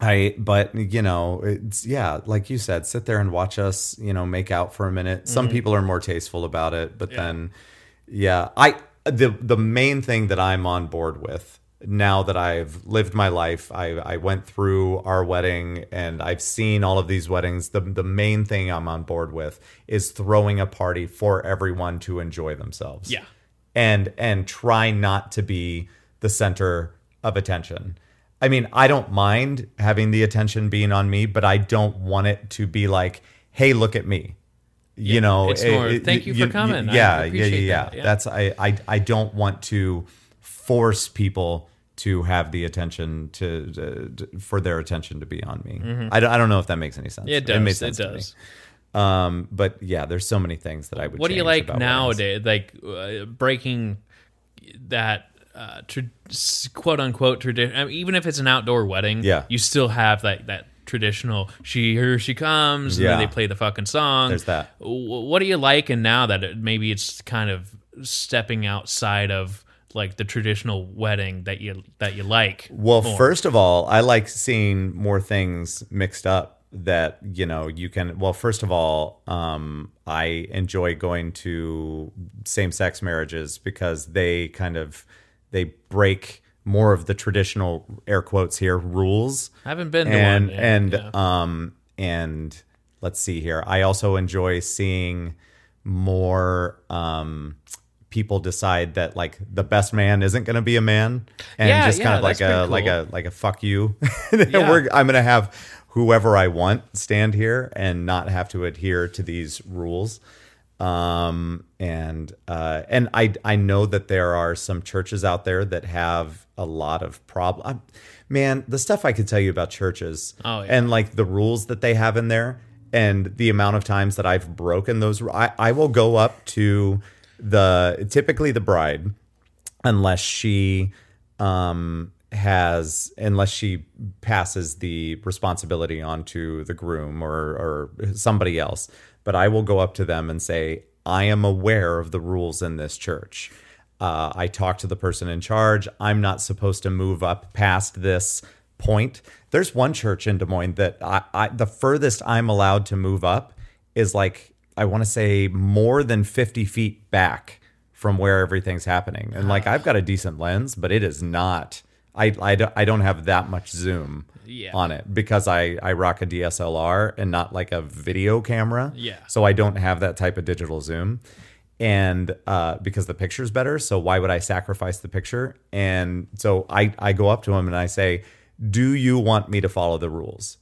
Speaker 2: I, but you know, it's yeah, like you said, sit there and watch us, you know, make out for a minute. Some people are more tasteful about it, but then, yeah, I the the main thing that I'm on board with now that I've lived my life, I I went through our wedding and I've seen all of these weddings. The the main thing I'm on board with is throwing a party for everyone to enjoy themselves
Speaker 1: Yeah.
Speaker 2: and and try not to be the center of attention. I mean, I don't mind having the attention being on me, but I don't want it to be like, "Hey, look at me." you know,
Speaker 1: it's more, "Thank you for coming. I
Speaker 2: Yeah, yeah,
Speaker 1: appreciate
Speaker 2: yeah,
Speaker 1: that."
Speaker 2: yeah.
Speaker 1: Yeah.
Speaker 2: That's I, I I don't want to force people to have the attention to, to- to- for their attention to be on me. I, don't, I don't know if that makes any sense.
Speaker 1: Mm-hmm. It does.
Speaker 2: makes
Speaker 1: It,
Speaker 2: sense to me.
Speaker 1: does.
Speaker 2: Um, but yeah, there's so many things that I would.
Speaker 1: What do you
Speaker 2: change
Speaker 1: like
Speaker 2: about weddings.
Speaker 1: nowadays? Like uh, breaking that uh, tra- s- quote unquote tradition. I mean, even if it's an outdoor wedding,
Speaker 2: Yeah.
Speaker 1: you still have like that traditional she here she comes and then
Speaker 2: Yeah.
Speaker 1: they play the fucking song
Speaker 2: There's that.
Speaker 1: W- what do you like and now that it, maybe it's kind of stepping outside of like the traditional wedding that you that you like
Speaker 2: Well,
Speaker 1: more?
Speaker 2: first of all, I like seeing more things mixed up that, you know, you can well, first of all, um I enjoy going to same-sex marriages because they kind of they break more of the traditional air quotes here rules
Speaker 1: i haven't been to
Speaker 2: and
Speaker 1: one yet.
Speaker 2: and
Speaker 1: Yeah.
Speaker 2: um and let's see here. I also enjoy seeing more um people decide that like the best man isn't going to be a man and
Speaker 1: Yeah,
Speaker 2: just
Speaker 1: yeah,
Speaker 2: kind of
Speaker 1: that's
Speaker 2: like a
Speaker 1: pretty
Speaker 2: like
Speaker 1: cool.
Speaker 2: a like a fuck you. *laughs* We're, I'm going to have whoever I want stand here and not have to adhere to these rules. Um and uh and I I know that there are some churches out there that have a lot of problem. Man, the stuff I could tell you about churches
Speaker 1: Oh, yeah.
Speaker 2: and like the rules that they have in there and the amount of times that I've broken those ru- I, I will go up to the typically the bride unless she um has unless she passes the responsibility onto the groom or or somebody else but I will go up to them and say I am aware of the rules in this church uh, I talk to the person in charge. I'm not supposed to move up past this point. There's one church in Des Moines that I, I the furthest I'm allowed to move up is like I want to say more than 50 feet back from where everything's happening. And like I've got a decent lens, but it is not. I, I, don't- I don't have that much zoom
Speaker 1: Yeah.
Speaker 2: on it because I, I rock a DSLR and not like a video camera.
Speaker 1: Yeah.
Speaker 2: So I don't have that type of digital zoom. And uh, because the picture's better, so why would I sacrifice the picture? And so I, I go up to him and I say, Do you want me to follow the rules?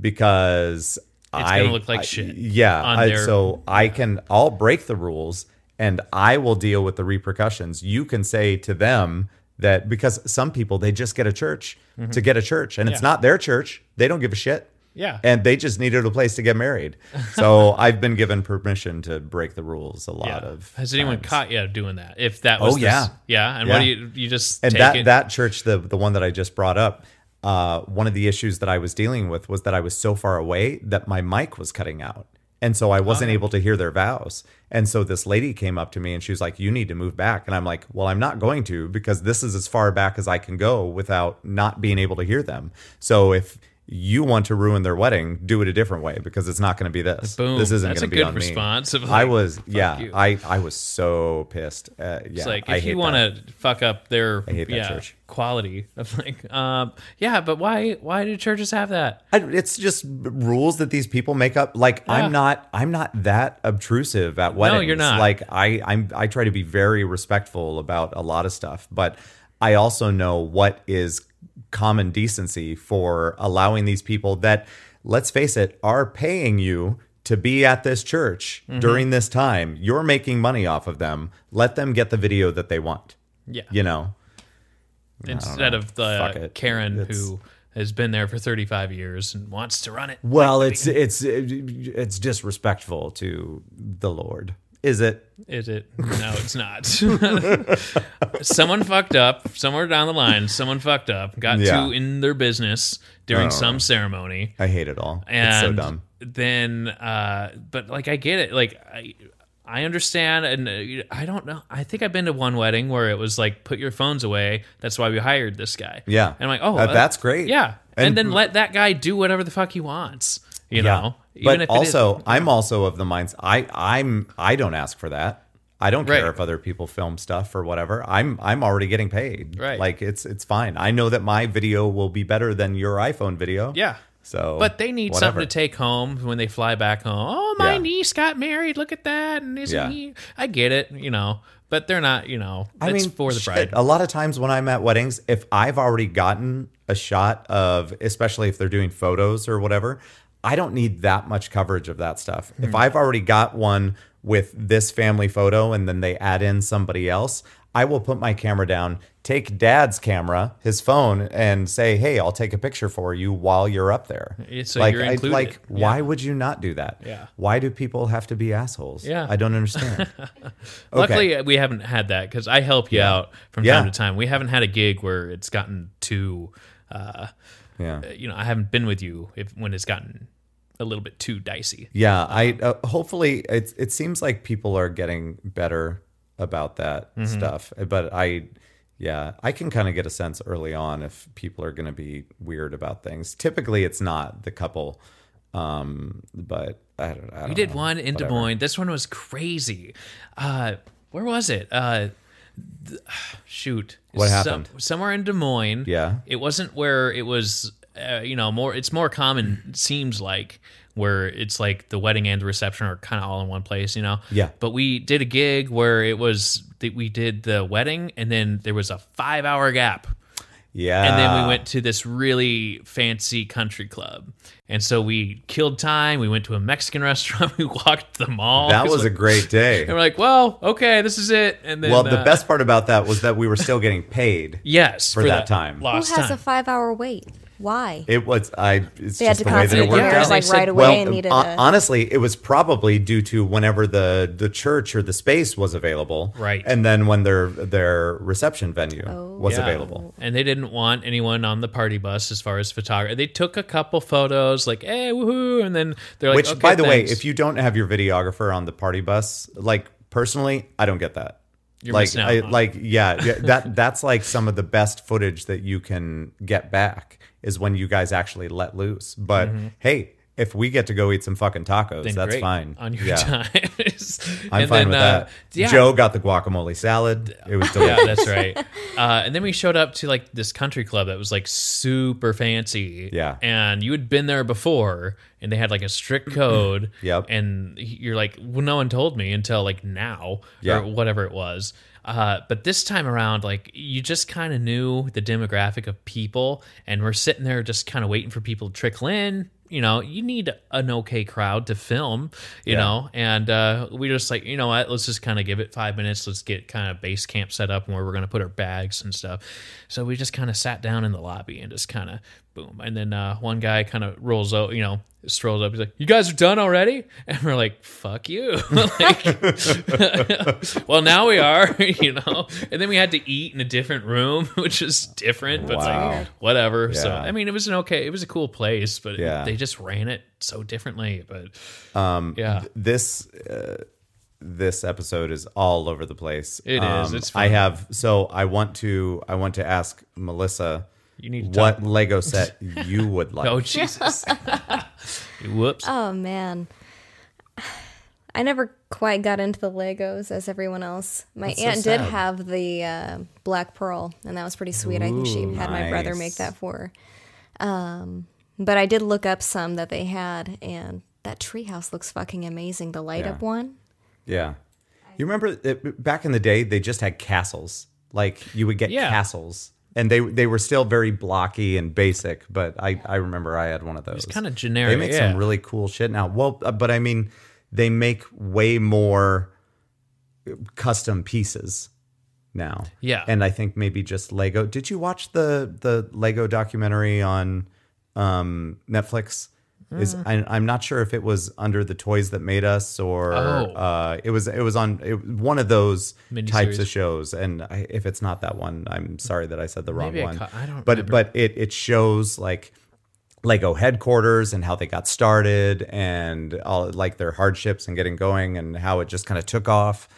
Speaker 2: Because
Speaker 1: It's
Speaker 2: I
Speaker 1: gonna look like
Speaker 2: I-
Speaker 1: shit
Speaker 2: Yeah.
Speaker 1: on
Speaker 2: I-
Speaker 1: their-
Speaker 2: so I can I'll break the rules and I will deal with the repercussions. You can say to them that because some people they just get a church to get a church and it's
Speaker 1: Mm-hmm. Yeah.
Speaker 2: not their church. They don't give a shit.
Speaker 1: Yeah.
Speaker 2: And they just needed a place to
Speaker 1: *laughs*
Speaker 2: get married. So I've been given permission to break the rules a lot
Speaker 1: Yeah.
Speaker 2: of.
Speaker 1: Has anyone
Speaker 2: times.
Speaker 1: caught you doing that? If that was
Speaker 2: Oh,
Speaker 1: the-
Speaker 2: yeah.
Speaker 1: yeah. And
Speaker 2: Yeah.
Speaker 1: what do you you just
Speaker 2: and
Speaker 1: take
Speaker 2: that
Speaker 1: it?
Speaker 2: that church the the one that I just brought up uh, one of the issues that I was dealing with was that I was so far away that my mic was cutting out and so I
Speaker 1: Ah.
Speaker 2: wasn't able to hear their vows and so this lady came up to me and she was like you need to move back and I'm like well I'm not going to because this is as far back as I can go without not being able to hear them so if you want to ruin their wedding do it a different way because it's not going to be this
Speaker 1: Boom.
Speaker 2: this isn't
Speaker 1: That's
Speaker 2: going to
Speaker 1: a
Speaker 2: be
Speaker 1: good
Speaker 2: on
Speaker 1: response
Speaker 2: me
Speaker 1: of
Speaker 2: I
Speaker 1: like,
Speaker 2: was
Speaker 1: fuck
Speaker 2: yeah
Speaker 1: you.
Speaker 2: I I was so pissed uh, yeah
Speaker 1: It's like
Speaker 2: I
Speaker 1: if
Speaker 2: hate
Speaker 1: you
Speaker 2: that.
Speaker 1: want to fuck up their
Speaker 2: hate that
Speaker 1: yeah,
Speaker 2: church.
Speaker 1: quality of like um yeah, but why why do churches have that?
Speaker 2: I, it's just rules that these people make up. Like
Speaker 1: Yeah.
Speaker 2: I'm not, I'm not that obtrusive at weddings.
Speaker 1: you're not.
Speaker 2: Like I, I'm, I try to be very respectful about a lot of stuff, but I also know what is common decency for allowing these people that, let's face it, are paying you to be at this church
Speaker 1: Mm-hmm.
Speaker 2: during this time. You're making money off of them. Let them get the video that they want.
Speaker 1: Yeah.
Speaker 2: You know.
Speaker 1: Instead of
Speaker 2: Fuck
Speaker 1: the
Speaker 2: it.
Speaker 1: Karen
Speaker 2: It's-
Speaker 1: who has been there for 35 years and wants to run it.
Speaker 2: Well, it's it's it's disrespectful to the Lord. Is it?
Speaker 1: Is it? No, it's
Speaker 2: *laughs*
Speaker 1: not. someone fucked up somewhere down the line. Someone fucked up, got
Speaker 2: Yeah. Oh.
Speaker 1: two in their business during some ceremony,
Speaker 2: I hate it all.
Speaker 1: and
Speaker 2: it's so dumb.
Speaker 1: then, uh, but like I get it. Like I, I understand, and uh, I don't know. I think I've been to one wedding where it was like, put your phones away. That's why we hired this guy.
Speaker 2: Yeah.
Speaker 1: and I'm like, oh,
Speaker 2: Uh,
Speaker 1: uh,
Speaker 2: that's great.
Speaker 1: Yeah, and,
Speaker 2: And-
Speaker 1: then let that guy do whatever the fuck he wants. You know,
Speaker 2: but
Speaker 1: it is-
Speaker 2: also, I'm also of the minds. I I'm I don't ask for that. I don't care
Speaker 1: Right.
Speaker 2: if other people film stuff or whatever. I'm I'm already getting paid.
Speaker 1: Right.
Speaker 2: Like it's it's fine. I know that my video will be better than your iPhone video.
Speaker 1: yeah.
Speaker 2: So,
Speaker 1: But they need
Speaker 2: whatever.
Speaker 1: something to take home when they fly back home. Oh, my
Speaker 2: Yeah.
Speaker 1: niece got married. Look at that. And isn't
Speaker 2: Yeah.
Speaker 1: he? I get it, you know, but they're not, you know,
Speaker 2: I
Speaker 1: it's
Speaker 2: mean,
Speaker 1: for the
Speaker 2: shit,
Speaker 1: bride.
Speaker 2: A lot of times when I'm at weddings, if I've already gotten a shot of, especially if they're doing photos or whatever, I don't need that much coverage of that stuff.
Speaker 1: Mm-hmm.
Speaker 2: If I've already got one with this family photo and then they add in somebody else, I will put my camera down, take dad's camera, his phone, and say, "Hey, I'll take a picture for you while you're up there."
Speaker 1: Yeah, so you're
Speaker 2: I-
Speaker 1: included.
Speaker 2: like,
Speaker 1: Yeah.
Speaker 2: why would you not do that?
Speaker 1: Yeah.
Speaker 2: Why do people have to be assholes?
Speaker 1: Yeah.
Speaker 2: I
Speaker 1: *laughs*
Speaker 2: don't understand.
Speaker 1: Luckily, we haven't had that because I help you out from
Speaker 2: Yeah.
Speaker 1: time to time. We haven't had a gig where it's gotten too, uh,
Speaker 2: yeah.
Speaker 1: you know, I haven't been with you if when it's gotten a little bit too dicey.
Speaker 2: Yeah, I uh, hopefully it it seems like people are getting better about that
Speaker 1: Mm-hmm.
Speaker 2: stuff. eh, But I yeah, I can kind of get a sense early on if people are going to be weird about things. Typically it's not the couple um but I don't, I
Speaker 1: We
Speaker 2: don't
Speaker 1: did
Speaker 2: know.
Speaker 1: one in Des Moines. This one was crazy. Uh, where was it? Uh, th- *sighs* shoot.
Speaker 2: What
Speaker 1: Some-
Speaker 2: happened?
Speaker 1: somewhere in Des Moines.
Speaker 2: Yeah.
Speaker 1: It wasn't where it was, uh, you know, more, it's more common, it seems like, where it's like the wedding and the reception are kind of all in one place, you know?
Speaker 2: Yeah.
Speaker 1: But we did a gig where it was that we did the wedding and then there was a five hour gap
Speaker 2: Yeah.
Speaker 1: and then we went to this really fancy country club. And so we killed time. We went to a Mexican *laughs* restaurant. We walked the mall.
Speaker 2: That
Speaker 1: It
Speaker 2: was a
Speaker 1: like- *laughs*
Speaker 2: great
Speaker 1: And
Speaker 2: day.
Speaker 1: we're like, well, okay, this is it. And then
Speaker 2: well, the
Speaker 1: uh,
Speaker 2: best part about that was that we were still
Speaker 1: *laughs*
Speaker 2: getting paid.
Speaker 1: yes
Speaker 2: for that
Speaker 1: the
Speaker 2: time.
Speaker 3: Who
Speaker 1: lost
Speaker 3: has
Speaker 1: time.
Speaker 3: a five hour wait? Why?
Speaker 2: It was I it's
Speaker 3: They had
Speaker 2: just
Speaker 3: to
Speaker 2: the way that it
Speaker 3: constantly
Speaker 2: worked
Speaker 1: Yeah.
Speaker 2: out.
Speaker 3: clear like
Speaker 1: They
Speaker 3: right
Speaker 1: said, uh,
Speaker 3: away
Speaker 2: well,
Speaker 3: and needed
Speaker 2: hon-
Speaker 3: a
Speaker 2: honestly, it was probably due to whenever the the church or the space was available,
Speaker 1: Right.
Speaker 2: And then when their their reception venue was
Speaker 1: Yeah.
Speaker 2: available.
Speaker 1: And they didn't want anyone on the party bus as far as photography. They took a couple photos, like, hey, woohoo. And then they're like,
Speaker 2: Which,
Speaker 1: okay,
Speaker 2: by the way,
Speaker 1: thanks.
Speaker 2: if you don't have your videographer on the party bus, like personally, I don't get that.
Speaker 1: You're
Speaker 2: like,
Speaker 1: missing out
Speaker 2: I,
Speaker 1: on-
Speaker 2: like, yeah,
Speaker 1: *laughs*
Speaker 2: yeah, that that's like some of the best footage that you can get back is when you guys actually let loose. But hey, if we get to go eat some fucking tacos,
Speaker 1: Mm-hmm. Then
Speaker 2: that's
Speaker 1: great
Speaker 2: fine.
Speaker 1: On your *laughs*
Speaker 2: Yeah.
Speaker 1: time.
Speaker 2: *laughs* I'm fine with that. Joe got the guacamole salad. It was delicious.
Speaker 1: uh, yeah,
Speaker 2: *laughs*
Speaker 1: that's right. Uh, and then we showed up to like this country club that was like super fancy.
Speaker 2: Yeah.
Speaker 1: And you had been there before, and they had like a
Speaker 2: *clears throat*
Speaker 1: strict code.
Speaker 2: Yep.
Speaker 1: And you're like, well, no one told me until like now
Speaker 2: Yeah.
Speaker 1: or whatever it was. Uh, but this time around, like you just kind of knew the demographic of people, and we're sitting there just kind of waiting for people to trickle in. you know, you need an okay crowd to film, you
Speaker 2: Yeah.
Speaker 1: know, and uh, we just like, you know what, let's just kind of give it five minutes. Let's get kind of base camp set up and where we're going to put our bags and stuff. So we just kind of sat down in the lobby and just kind of boom. And then uh, one guy kind of rolls out, you know, strolls up. He's like, you guys are done already? And we're like, fuck you. *laughs* like, *laughs* well, now we are, you know. And then we had to eat in a different room, *laughs* which is different, but it's
Speaker 2: Wow.
Speaker 1: like whatever. So
Speaker 2: Yeah.
Speaker 1: I mean, it was an okay, it was a cool place, but
Speaker 2: Yeah.
Speaker 1: they just ran it so differently. But
Speaker 2: Um,
Speaker 1: yeah,
Speaker 2: this uh, this episode is all over the place.
Speaker 1: It
Speaker 2: It
Speaker 1: is.
Speaker 2: is.
Speaker 1: It's
Speaker 2: I
Speaker 1: fun.
Speaker 2: have so I want to I want to ask Melissa
Speaker 1: You need to
Speaker 2: what Lego set you
Speaker 1: *laughs*
Speaker 2: would like.
Speaker 1: oh Jesus, whoops.
Speaker 3: Oh man. *sighs* I never quite got into the Legos as everyone else. My
Speaker 2: That's so
Speaker 3: aunt did
Speaker 2: sad.
Speaker 3: have the uh, Black Pearl, and that was pretty sweet. I think she
Speaker 2: Ooh,
Speaker 3: had my brother make
Speaker 2: nice.
Speaker 3: that for her. Um, but I did look up some that they had, and that treehouse looks fucking amazing. The light
Speaker 2: Yeah.
Speaker 3: up one.
Speaker 2: Yeah. You remember that back in the day they just had castles. Like you would get
Speaker 1: Yeah.
Speaker 2: castles. And they they were still very blocky and basic, but I I remember I had one of those.
Speaker 1: It's kind of
Speaker 2: They
Speaker 1: generic.
Speaker 2: make
Speaker 1: yeah.
Speaker 2: some really cool shit now. Well, uh, but I mean they make way more custom pieces now.
Speaker 1: Yeah.
Speaker 2: And I think maybe just Lego. Did you watch the the Lego documentary on um Netflix? Is
Speaker 1: Mm.
Speaker 2: I, I'm not sure if it was under the toys that made us or
Speaker 1: Oh.
Speaker 2: uh, it was it was on it, one of those types
Speaker 1: Miniseries.
Speaker 2: of shows. And I, if it's not that one, I'm sorry that I said the wrong
Speaker 1: Maybe I
Speaker 2: one.
Speaker 1: ca- I don't
Speaker 2: But
Speaker 1: remember.
Speaker 2: but it it shows like Lego headquarters and how they got started and all like their hardships and getting going and how it just kind of took off.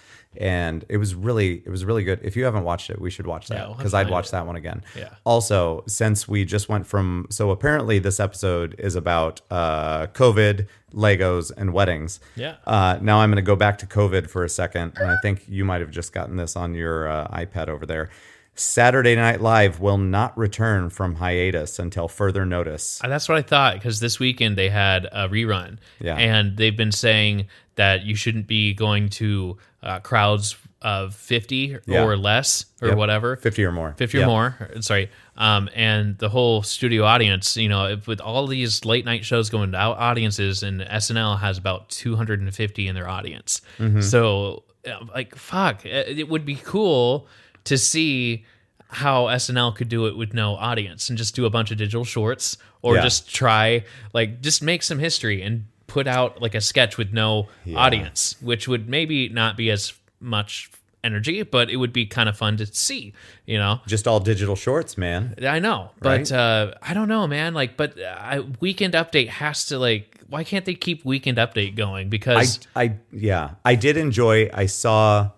Speaker 2: And it was really, it was really good. If you haven't watched it, we should watch
Speaker 1: Yeah,
Speaker 2: that
Speaker 1: we'll have
Speaker 2: because
Speaker 1: to
Speaker 2: I'd
Speaker 1: find
Speaker 2: watch
Speaker 1: it.
Speaker 2: that one again.
Speaker 1: Yeah.
Speaker 2: Also, since we just went from, so apparently this episode is about uh, COVID, Legos, and weddings.
Speaker 1: Yeah.
Speaker 2: Uh, now I'm going to go back to COVID for a second, and I think you might have just gotten this on your uh, iPad over there. Saturday Night Live will not return from hiatus until further notice.
Speaker 1: Uh, That's what I thought because this weekend they had a rerun,
Speaker 2: Yeah.
Speaker 1: and they've been saying that you shouldn't be going to uh, crowds of fifty
Speaker 2: Yeah.
Speaker 1: or less or
Speaker 2: Yep.
Speaker 1: whatever.
Speaker 2: 50 or more.
Speaker 1: 50 or
Speaker 2: Yeah.
Speaker 1: more sorry um, and the whole studio audience you know if, with all these late night shows going to out audiences and snl has about 250 in their audience
Speaker 2: Mm-hmm.
Speaker 1: so uh, like fuck it it would be cool to see how snl could do it with no audience and just do a bunch of digital shorts or
Speaker 2: Yeah.
Speaker 1: just try like just make some history and put out like a sketch with no audience which would maybe not be as much energy but it would be kind of fun to see you know
Speaker 2: Just all digital shorts, man.
Speaker 1: I know, but uh, I don't know, man. Like, but I, weekend update has to like. Why can't they keep weekend update going?
Speaker 2: I,
Speaker 1: Because
Speaker 2: I, yeah, I did enjoy. I saw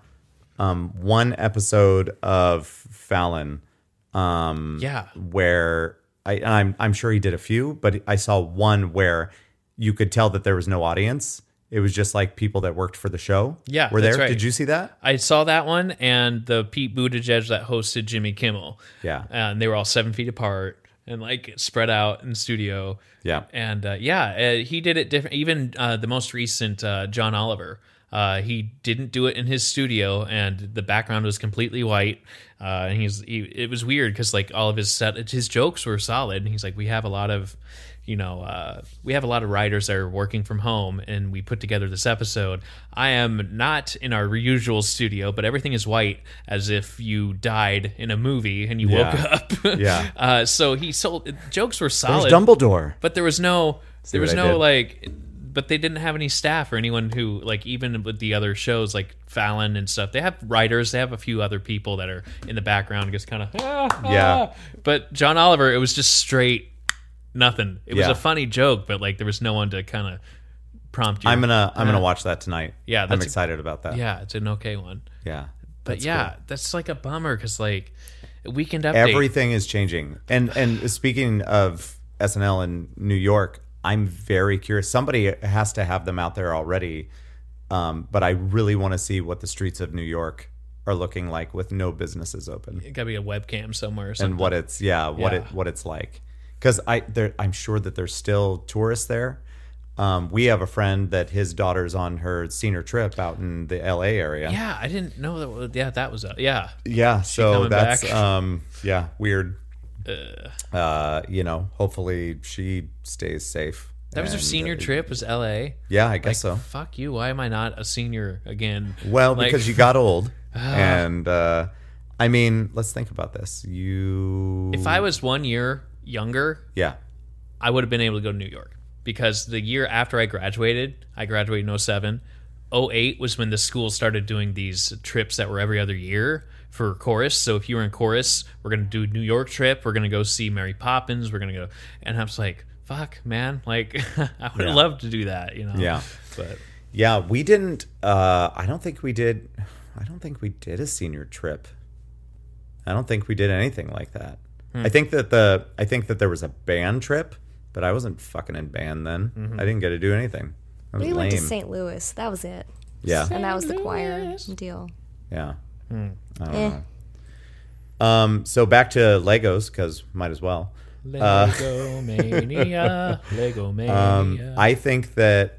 Speaker 2: um, one episode of Fallon mm.
Speaker 1: yeah,
Speaker 2: where I, and I'm, I'm sure he did a few, but I saw one where you could tell that there was no audience. It was just like people that worked for the show.
Speaker 1: Yeah,
Speaker 2: were
Speaker 1: that's
Speaker 2: there?
Speaker 1: right.
Speaker 2: Did you see that?
Speaker 1: I saw that one and the Pete Buttigieg that hosted Jimmy Kimmel.
Speaker 2: Yeah.
Speaker 1: and they were all seven feet apart and like spread out in studio. *laughs*
Speaker 2: Yeah.
Speaker 1: and uh, yeah, uh, he did it different. Even uh, the most recent uh, John Oliver, uh, he didn't do it in his studio, and the background was completely white. Uh, and he's he, it was weird because like all of his set, his jokes were solid. And he's like, we have a lot of, you know, uh, we have a lot of writers that are working from home, and we put together this episode. I am not in our usual studio, but everything is white, as if you died in a movie and you
Speaker 2: Yeah.
Speaker 1: woke up. *laughs*
Speaker 2: Yeah.
Speaker 1: Uh, so he sold jokes were solid
Speaker 2: There's Dumbledore.
Speaker 1: but there was no there was
Speaker 2: what I
Speaker 1: no
Speaker 2: did?
Speaker 1: like but they didn't have any staff or anyone who like even with the other shows like Fallon and stuff they have writers they have a few other people that are in the background just kind of
Speaker 2: Yeah.
Speaker 1: Ah. but John Oliver it was just straight nothing it was
Speaker 2: Yeah.
Speaker 1: a funny joke but like there was no one to kind of prompt you
Speaker 2: I'm gonna, I'm gonna watch that tonight.
Speaker 1: Uh, Yeah,
Speaker 2: I'm
Speaker 1: that's a-
Speaker 2: excited about that.
Speaker 1: yeah it's an okay one
Speaker 2: yeah.
Speaker 1: but yeah that's like a bummer because like weekend update
Speaker 2: Everything is changing. And
Speaker 1: *sighs*
Speaker 2: and speaking of SNL in New York, I'm very curious. Somebody has to have them out there already. Um, but I really want to see what the streets of New York are looking like with no businesses open
Speaker 1: it gotta be a webcam somewhere or something
Speaker 2: and what it's yeah, what
Speaker 1: Yeah.
Speaker 2: it what it's like. Cuz I there I'm sure that there's still tourists there. Um, we have a friend that his daughter's on her senior trip out in the LA area.
Speaker 1: yeah I didn't know that yeah that was a yeah
Speaker 2: Yeah, so
Speaker 1: coming
Speaker 2: that's
Speaker 1: back?
Speaker 2: um Uh, yeah, weird. Uh, you know, hopefully she stays safe
Speaker 1: That was her
Speaker 2: And,
Speaker 1: senior
Speaker 2: uh,
Speaker 1: trip was L.A.
Speaker 2: Yeah, I guess so.
Speaker 1: Fuck you. Why am I not a senior again?
Speaker 2: Well,
Speaker 1: Like- *laughs* Ah.
Speaker 2: because you got old, and uh, I mean, let's think about this. You,
Speaker 1: If I was one year younger,
Speaker 2: yeah,
Speaker 1: I would have been able to go to New York because the year after I graduated, I graduated in 07. 08 was when the school started doing these trips that were every other year for chorus. So if you were in chorus, we're going to do a New York trip. We're going to go see Mary Poppins. We're going to go. And I was like, fuck, man. *laughs* Like, I would
Speaker 2: Yeah.
Speaker 1: have loved to do that, you know?
Speaker 2: Yeah.
Speaker 1: But
Speaker 2: yeah, we didn't. Uh, I don't think we did. I don't think we did a senior trip. I don't think we did anything like that. I think that the I think that there was a band trip, but I wasn't fucking in band then. I didn't get to do anything. I was
Speaker 3: We
Speaker 2: lame.
Speaker 3: went to St. Louis. That was it.
Speaker 2: yeah,
Speaker 3: And that was the choir deal.
Speaker 2: yeah. I don't
Speaker 3: Eh.
Speaker 2: know. Um, so back to Legos because might as well. Uh,
Speaker 1: Lego
Speaker 2: *laughs*
Speaker 1: Mania. Lego Mania.
Speaker 2: Um, I think that,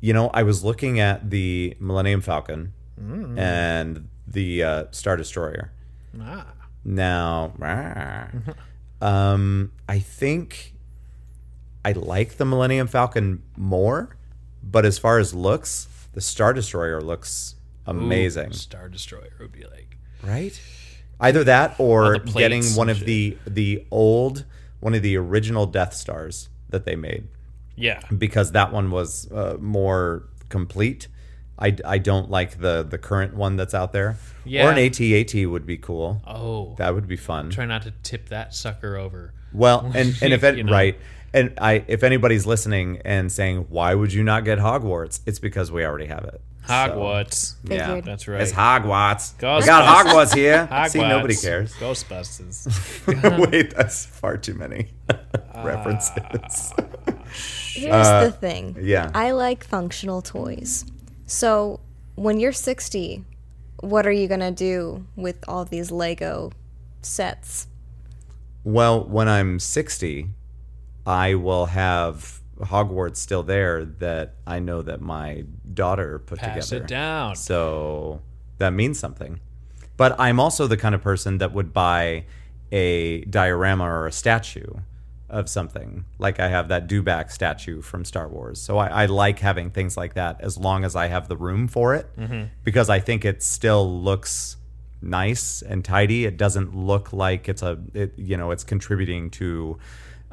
Speaker 2: you know, I was looking at the Millennium Falcon and the uh, Star Destroyer.
Speaker 1: Ah.
Speaker 2: Now, rah,
Speaker 1: Mm-hmm.
Speaker 2: um, I think I like the Millennium Falcon more, but as far as looks, the Star Destroyer looks amazing,
Speaker 1: Star Destroyer would be like,
Speaker 2: right? Either that or
Speaker 1: the plates
Speaker 2: getting one
Speaker 1: and
Speaker 2: of the the old one of the original Death Stars that they made
Speaker 1: yeah.
Speaker 2: because that one was uh, more complete. I, I don't like the the current one that's out there.
Speaker 1: Yeah.
Speaker 2: Or an AT-AT would be cool.
Speaker 1: Oh.
Speaker 2: That would be fun.
Speaker 1: Try not to tip that sucker over. *laughs*
Speaker 2: Well, and and if it,
Speaker 1: You know.
Speaker 2: right, and I if anybody's listening and saying why would you not get Hogwarts, it's because we already have it. So,
Speaker 1: Hogwarts.
Speaker 2: yeah,
Speaker 3: Figured.
Speaker 1: That's right.
Speaker 2: It's Hogwarts.
Speaker 1: Ghostbusters.
Speaker 2: We got Hogwarts here.
Speaker 1: *laughs* Hogwarts.
Speaker 2: See, nobody cares. *laughs*
Speaker 1: Ghostbusters.
Speaker 2: Wait, that's far too many *laughs* references.
Speaker 1: Ah.
Speaker 3: Here's the thing.
Speaker 2: *laughs* Uh, yeah.
Speaker 3: I like functional toys. So when you're 60, what are you going to do with all these Lego sets?
Speaker 2: Well, when I'm 60, I will have Hogwarts still there that I know that my daughter put
Speaker 1: Pass
Speaker 2: together.
Speaker 1: it down.
Speaker 2: So that means something. But I'm also the kind of person that would buy a diorama or a statue of something. Like I have that Dubak statue from Star Wars. So I, I like having things like that as long as I have the room for it because I think it still looks nice and tidy. It doesn't look like it's a, it, you know, it's contributing to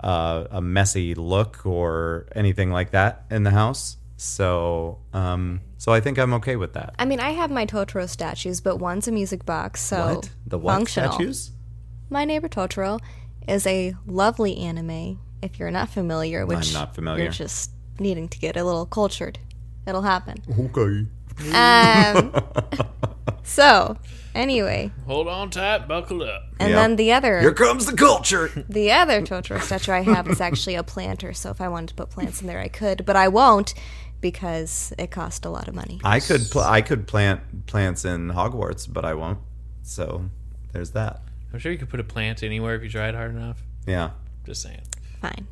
Speaker 2: uh, a messy look or anything like that in the house. So, um, so I think I'm okay with that.
Speaker 3: I mean, I have my Totoro statues, but one's a music box, so
Speaker 2: What? The what
Speaker 3: functional.
Speaker 2: statues?
Speaker 3: My Neighbor Totoro is a lovely anime. If you're not familiar, which
Speaker 2: not familiar.
Speaker 3: you're just needing to get a little cultured, it'll happen.
Speaker 2: Okay. *laughs*
Speaker 3: Um, so, anyway,
Speaker 1: Hold on tight. Buckle up.
Speaker 3: and
Speaker 2: Yeah.
Speaker 3: then the other
Speaker 2: Here comes the culture.
Speaker 3: *laughs* the other Totoro statue I have is actually a planter. So if I wanted to put plants in there, I could, but I won't because it cost a lot of money.
Speaker 2: I could pl- I could plant plants in Hogwarts, but I won't. So there's that.
Speaker 1: I'm sure you could put a plant anywhere if you tried hard enough.
Speaker 2: Yeah.
Speaker 1: Just saying.
Speaker 3: Fine.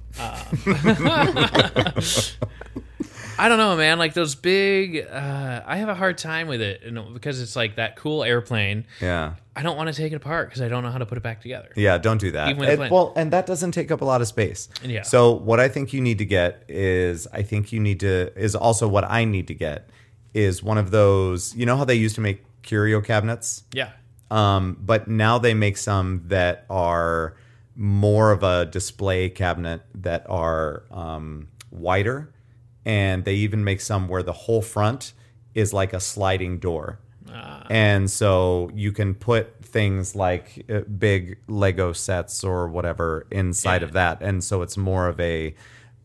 Speaker 1: I don't know, man. Like those big, uh, I have a hard time with it, and because it's like that cool airplane.
Speaker 2: Yeah.
Speaker 1: I don't want to take it apart because I don't know how to put it back together.
Speaker 2: Yeah, don't do that.
Speaker 1: Even with a
Speaker 2: And-
Speaker 1: plant.
Speaker 2: well, and that doesn't take up a lot of space.
Speaker 1: Yeah.
Speaker 2: So what I think you need to get is I think you need to is also what I need to get is one of those, you know how they used to make curio cabinets?
Speaker 1: Yeah.
Speaker 2: Um, but now they make some that are more of a display cabinet that are um, wider, and they even make some where the whole front is like a sliding door. And so you can put things like uh, big Lego sets or whatever inside of that, and so it's more of a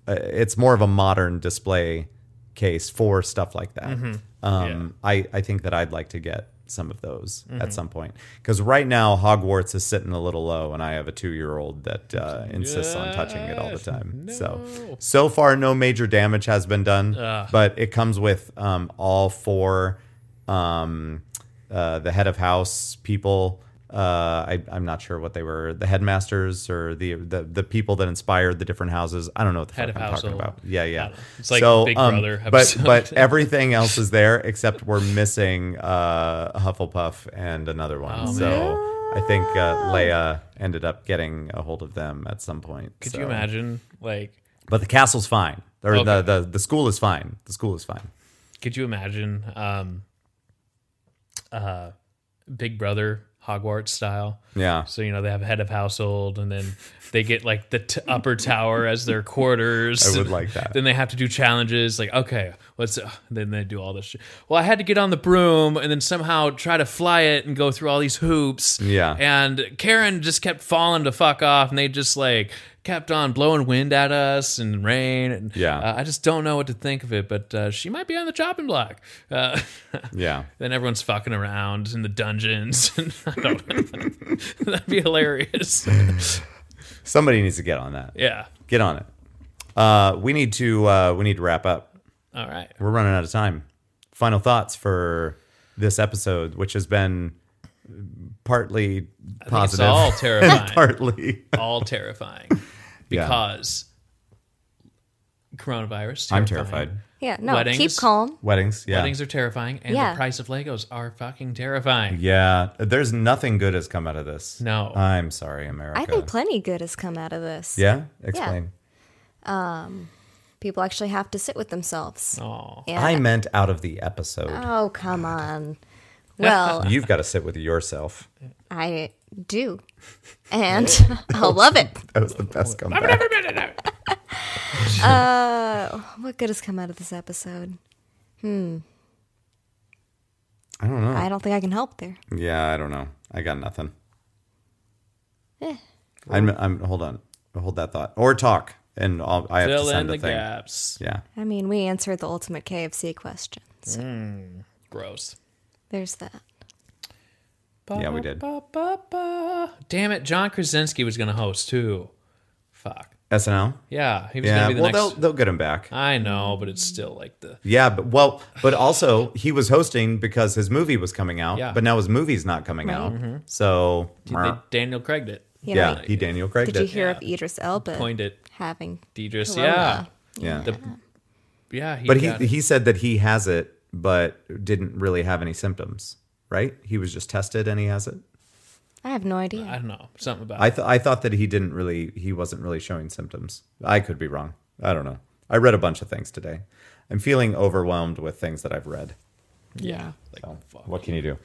Speaker 2: uh, it's more of a modern display case for stuff like that. Um, I I think that I'd like to get some of those at some point because right now Hogwarts is sitting a little low, and I have a two year old that uh, insists on touching it all the time. So so far, no major damage has been done, but it comes with um, all four um, uh, the head of house people. Uh, I, I'm not sure what they were, the headmasters or the, the the people that inspired the different houses. I don't know what the
Speaker 1: Head
Speaker 2: fuck
Speaker 1: of
Speaker 2: I'm talking
Speaker 1: household.
Speaker 2: about. Yeah,
Speaker 1: I
Speaker 2: yeah.
Speaker 1: don't know. It's like Big Brother
Speaker 2: But
Speaker 1: episode. *laughs*
Speaker 2: but everything else is there except we're missing uh, Hufflepuff and another one.
Speaker 1: Oh,
Speaker 2: so I think uh, Leia ended up getting a hold of them at some point.
Speaker 1: Could you imagine? Like,
Speaker 2: But the castle's fine. Or the,
Speaker 1: Okay.
Speaker 2: the the school is fine. The school is fine.
Speaker 1: Could you imagine um uh Big Brother Hogwarts style?
Speaker 2: Yeah.
Speaker 1: So you know they have a head of household, and then they get like the t- upper tower as their quarters.
Speaker 2: I would like that.
Speaker 1: Then they have to do challenges, like okay, what's uh, then they do all this. shit. Well, I had to get on the broom and then somehow try to fly it and go through all these hoops.
Speaker 2: Yeah.
Speaker 1: And Karen just kept falling to fuck off, and they just like kept on blowing wind at us and rain. And
Speaker 2: Yeah.
Speaker 1: uh, I just don't know what to think of it, but uh, she might be on the chopping block. Uh, *laughs*
Speaker 2: Yeah.
Speaker 1: Then everyone's fucking around in the dungeons. *laughs* And I don't- *laughs* That'd be
Speaker 2: *laughs*
Speaker 1: hilarious.
Speaker 2: Somebody needs to get on that.
Speaker 1: yeah.
Speaker 2: Get on it. Uh, we need to uh, we need to wrap up.
Speaker 1: All right.
Speaker 2: We're running out of time. Final thoughts for this episode, which has been partly
Speaker 1: It's
Speaker 2: positive, *laughs*
Speaker 1: all terrifying.
Speaker 2: partly. *laughs*
Speaker 1: all terrifying.
Speaker 2: Yeah.
Speaker 1: Because coronavirus.
Speaker 2: I'm
Speaker 1: terrifying.
Speaker 2: terrified.
Speaker 3: Yeah, no, keep
Speaker 1: Weddings.
Speaker 3: calm.
Speaker 2: Weddings, yeah,
Speaker 1: Weddings are terrifying, and
Speaker 3: Yeah.
Speaker 1: the price of Legos are fucking terrifying.
Speaker 2: yeah. There's nothing good has come out of this.
Speaker 1: No.
Speaker 2: I'm sorry, America.
Speaker 3: I think plenty good has come out of this.
Speaker 2: yeah, explain.
Speaker 3: People actually have to sit with themselves.
Speaker 1: Oh,
Speaker 3: Yeah.
Speaker 2: I meant out of the episode.
Speaker 3: oh, come on. Well,
Speaker 2: You've got to sit with
Speaker 1: *laughs*
Speaker 2: yourself.
Speaker 3: I do. And
Speaker 2: *laughs*
Speaker 3: *laughs* I'll love it.
Speaker 2: That was the best comeback.
Speaker 3: What good has come out of this episode? Hmm.
Speaker 2: I don't know.
Speaker 3: I don't think I can help there.
Speaker 2: Yeah, I don't know. I got nothing.
Speaker 3: Eh.
Speaker 2: I'm, I'm. Hold on. Hold that thought or talk, and I'll, I have to
Speaker 1: fill in
Speaker 2: send
Speaker 1: the
Speaker 2: the thing.
Speaker 1: gaps.
Speaker 2: Yeah.
Speaker 3: I mean, we answered the ultimate KFC question. So
Speaker 1: Mm. Gross.
Speaker 3: there's that.
Speaker 2: Yeah, we did.
Speaker 1: Ba-ba-ba-ba. Damn it, John Krasinski was going to host too. Fuck.
Speaker 2: SNL.
Speaker 1: Yeah, he was
Speaker 2: Yeah.
Speaker 1: going to be the
Speaker 2: well,
Speaker 1: next. Uh.
Speaker 2: they'll they'll get him back.
Speaker 1: I know, but it's still like the
Speaker 2: Yeah, but well, but also he was hosting because his movie was coming out,
Speaker 1: Yeah. Mm-hmm.
Speaker 2: but now his movie's not coming out. So
Speaker 1: they, Daniel Craig did
Speaker 3: Yeah.
Speaker 2: yeah,
Speaker 3: right.
Speaker 2: he Daniel Craig
Speaker 3: Did
Speaker 2: did.
Speaker 3: you hear of Idris Elba
Speaker 1: coined it.
Speaker 3: having
Speaker 1: Deidris, yeah,
Speaker 3: Corona.
Speaker 2: yeah.
Speaker 1: the, yeah. He
Speaker 2: but he
Speaker 1: got it.
Speaker 2: he said that he has it, but didn't really have any symptoms. Right? He was just tested and he has it.
Speaker 3: I have no idea.
Speaker 1: I don't know something about.
Speaker 2: I
Speaker 1: it.
Speaker 2: th- I thought that he didn't really he wasn't really showing symptoms. I could be wrong. I don't know. I read a bunch of things today. I'm feeling overwhelmed with things that I've read.
Speaker 1: yeah. Like, fuck.
Speaker 2: What can you do?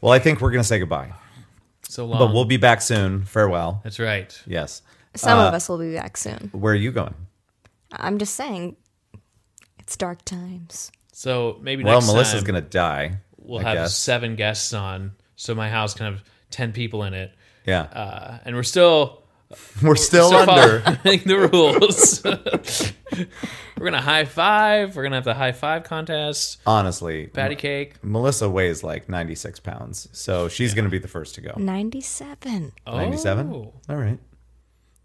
Speaker 2: Well, I think we're gonna say goodbye,
Speaker 1: So long.
Speaker 2: but we'll be back soon. Farewell.
Speaker 1: That's right.
Speaker 2: Yes.
Speaker 3: Some
Speaker 2: uh,
Speaker 3: of us will be back soon.
Speaker 2: Where are you going?
Speaker 3: I'm just saying, it's dark times.
Speaker 1: So maybe
Speaker 2: Well,
Speaker 1: next
Speaker 2: Melissa's
Speaker 1: time
Speaker 2: gonna die.
Speaker 1: we'll
Speaker 2: I
Speaker 1: have
Speaker 2: guess.
Speaker 1: seven guests on. So my house can have ten people in it,
Speaker 2: yeah.
Speaker 1: uh, and we're still
Speaker 2: we're still
Speaker 1: so *laughs*
Speaker 2: under.
Speaker 1: following the rules. *laughs* we're gonna high five. We're gonna have the high five contest.
Speaker 2: Honestly,
Speaker 1: Patty cake.
Speaker 2: Melissa weighs like 96 pounds, so she's gonna be the first to go.
Speaker 3: 97.
Speaker 1: Oh.
Speaker 2: 97 all right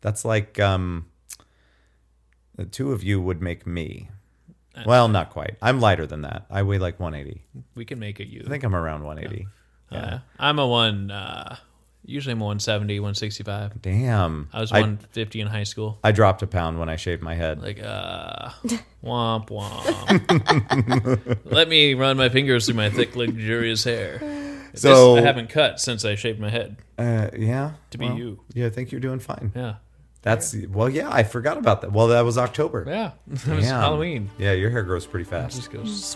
Speaker 2: that's like um the two of you would make me well not quite i'm lighter than that i weigh like 180
Speaker 1: We can make it. You.
Speaker 2: i think i'm around 180
Speaker 1: Uh, I'm a one. Uh, usually I'm a 170, 165.
Speaker 2: damn
Speaker 1: I was
Speaker 2: I,
Speaker 1: 150 in high school.
Speaker 2: I dropped a pound when i shaved my head
Speaker 1: Like,
Speaker 2: *laughs*
Speaker 1: uh, womp womp. Let me run my fingers through my thick, luxurious hair. This
Speaker 2: so
Speaker 1: I haven't cut since I shaved my head.
Speaker 2: uh, yeah to
Speaker 1: be you.
Speaker 2: yeah i think you're doing fine
Speaker 1: Yeah.
Speaker 2: that's well yeah i forgot about that well that was october
Speaker 1: Yeah. *laughs* It was
Speaker 2: Damn.
Speaker 1: Halloween.
Speaker 2: yeah your hair grows pretty fast
Speaker 1: Just goes,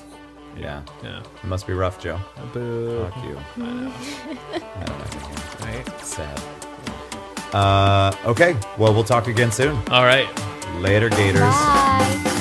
Speaker 2: yeah
Speaker 1: yeah.
Speaker 2: it must be rough joe
Speaker 1: Boo.
Speaker 2: fuck you i know i don't know
Speaker 1: Right.
Speaker 2: sad uh okay well we'll talk again soon
Speaker 1: All right.
Speaker 2: Later, Gators.
Speaker 1: Oh.
Speaker 3: Bye.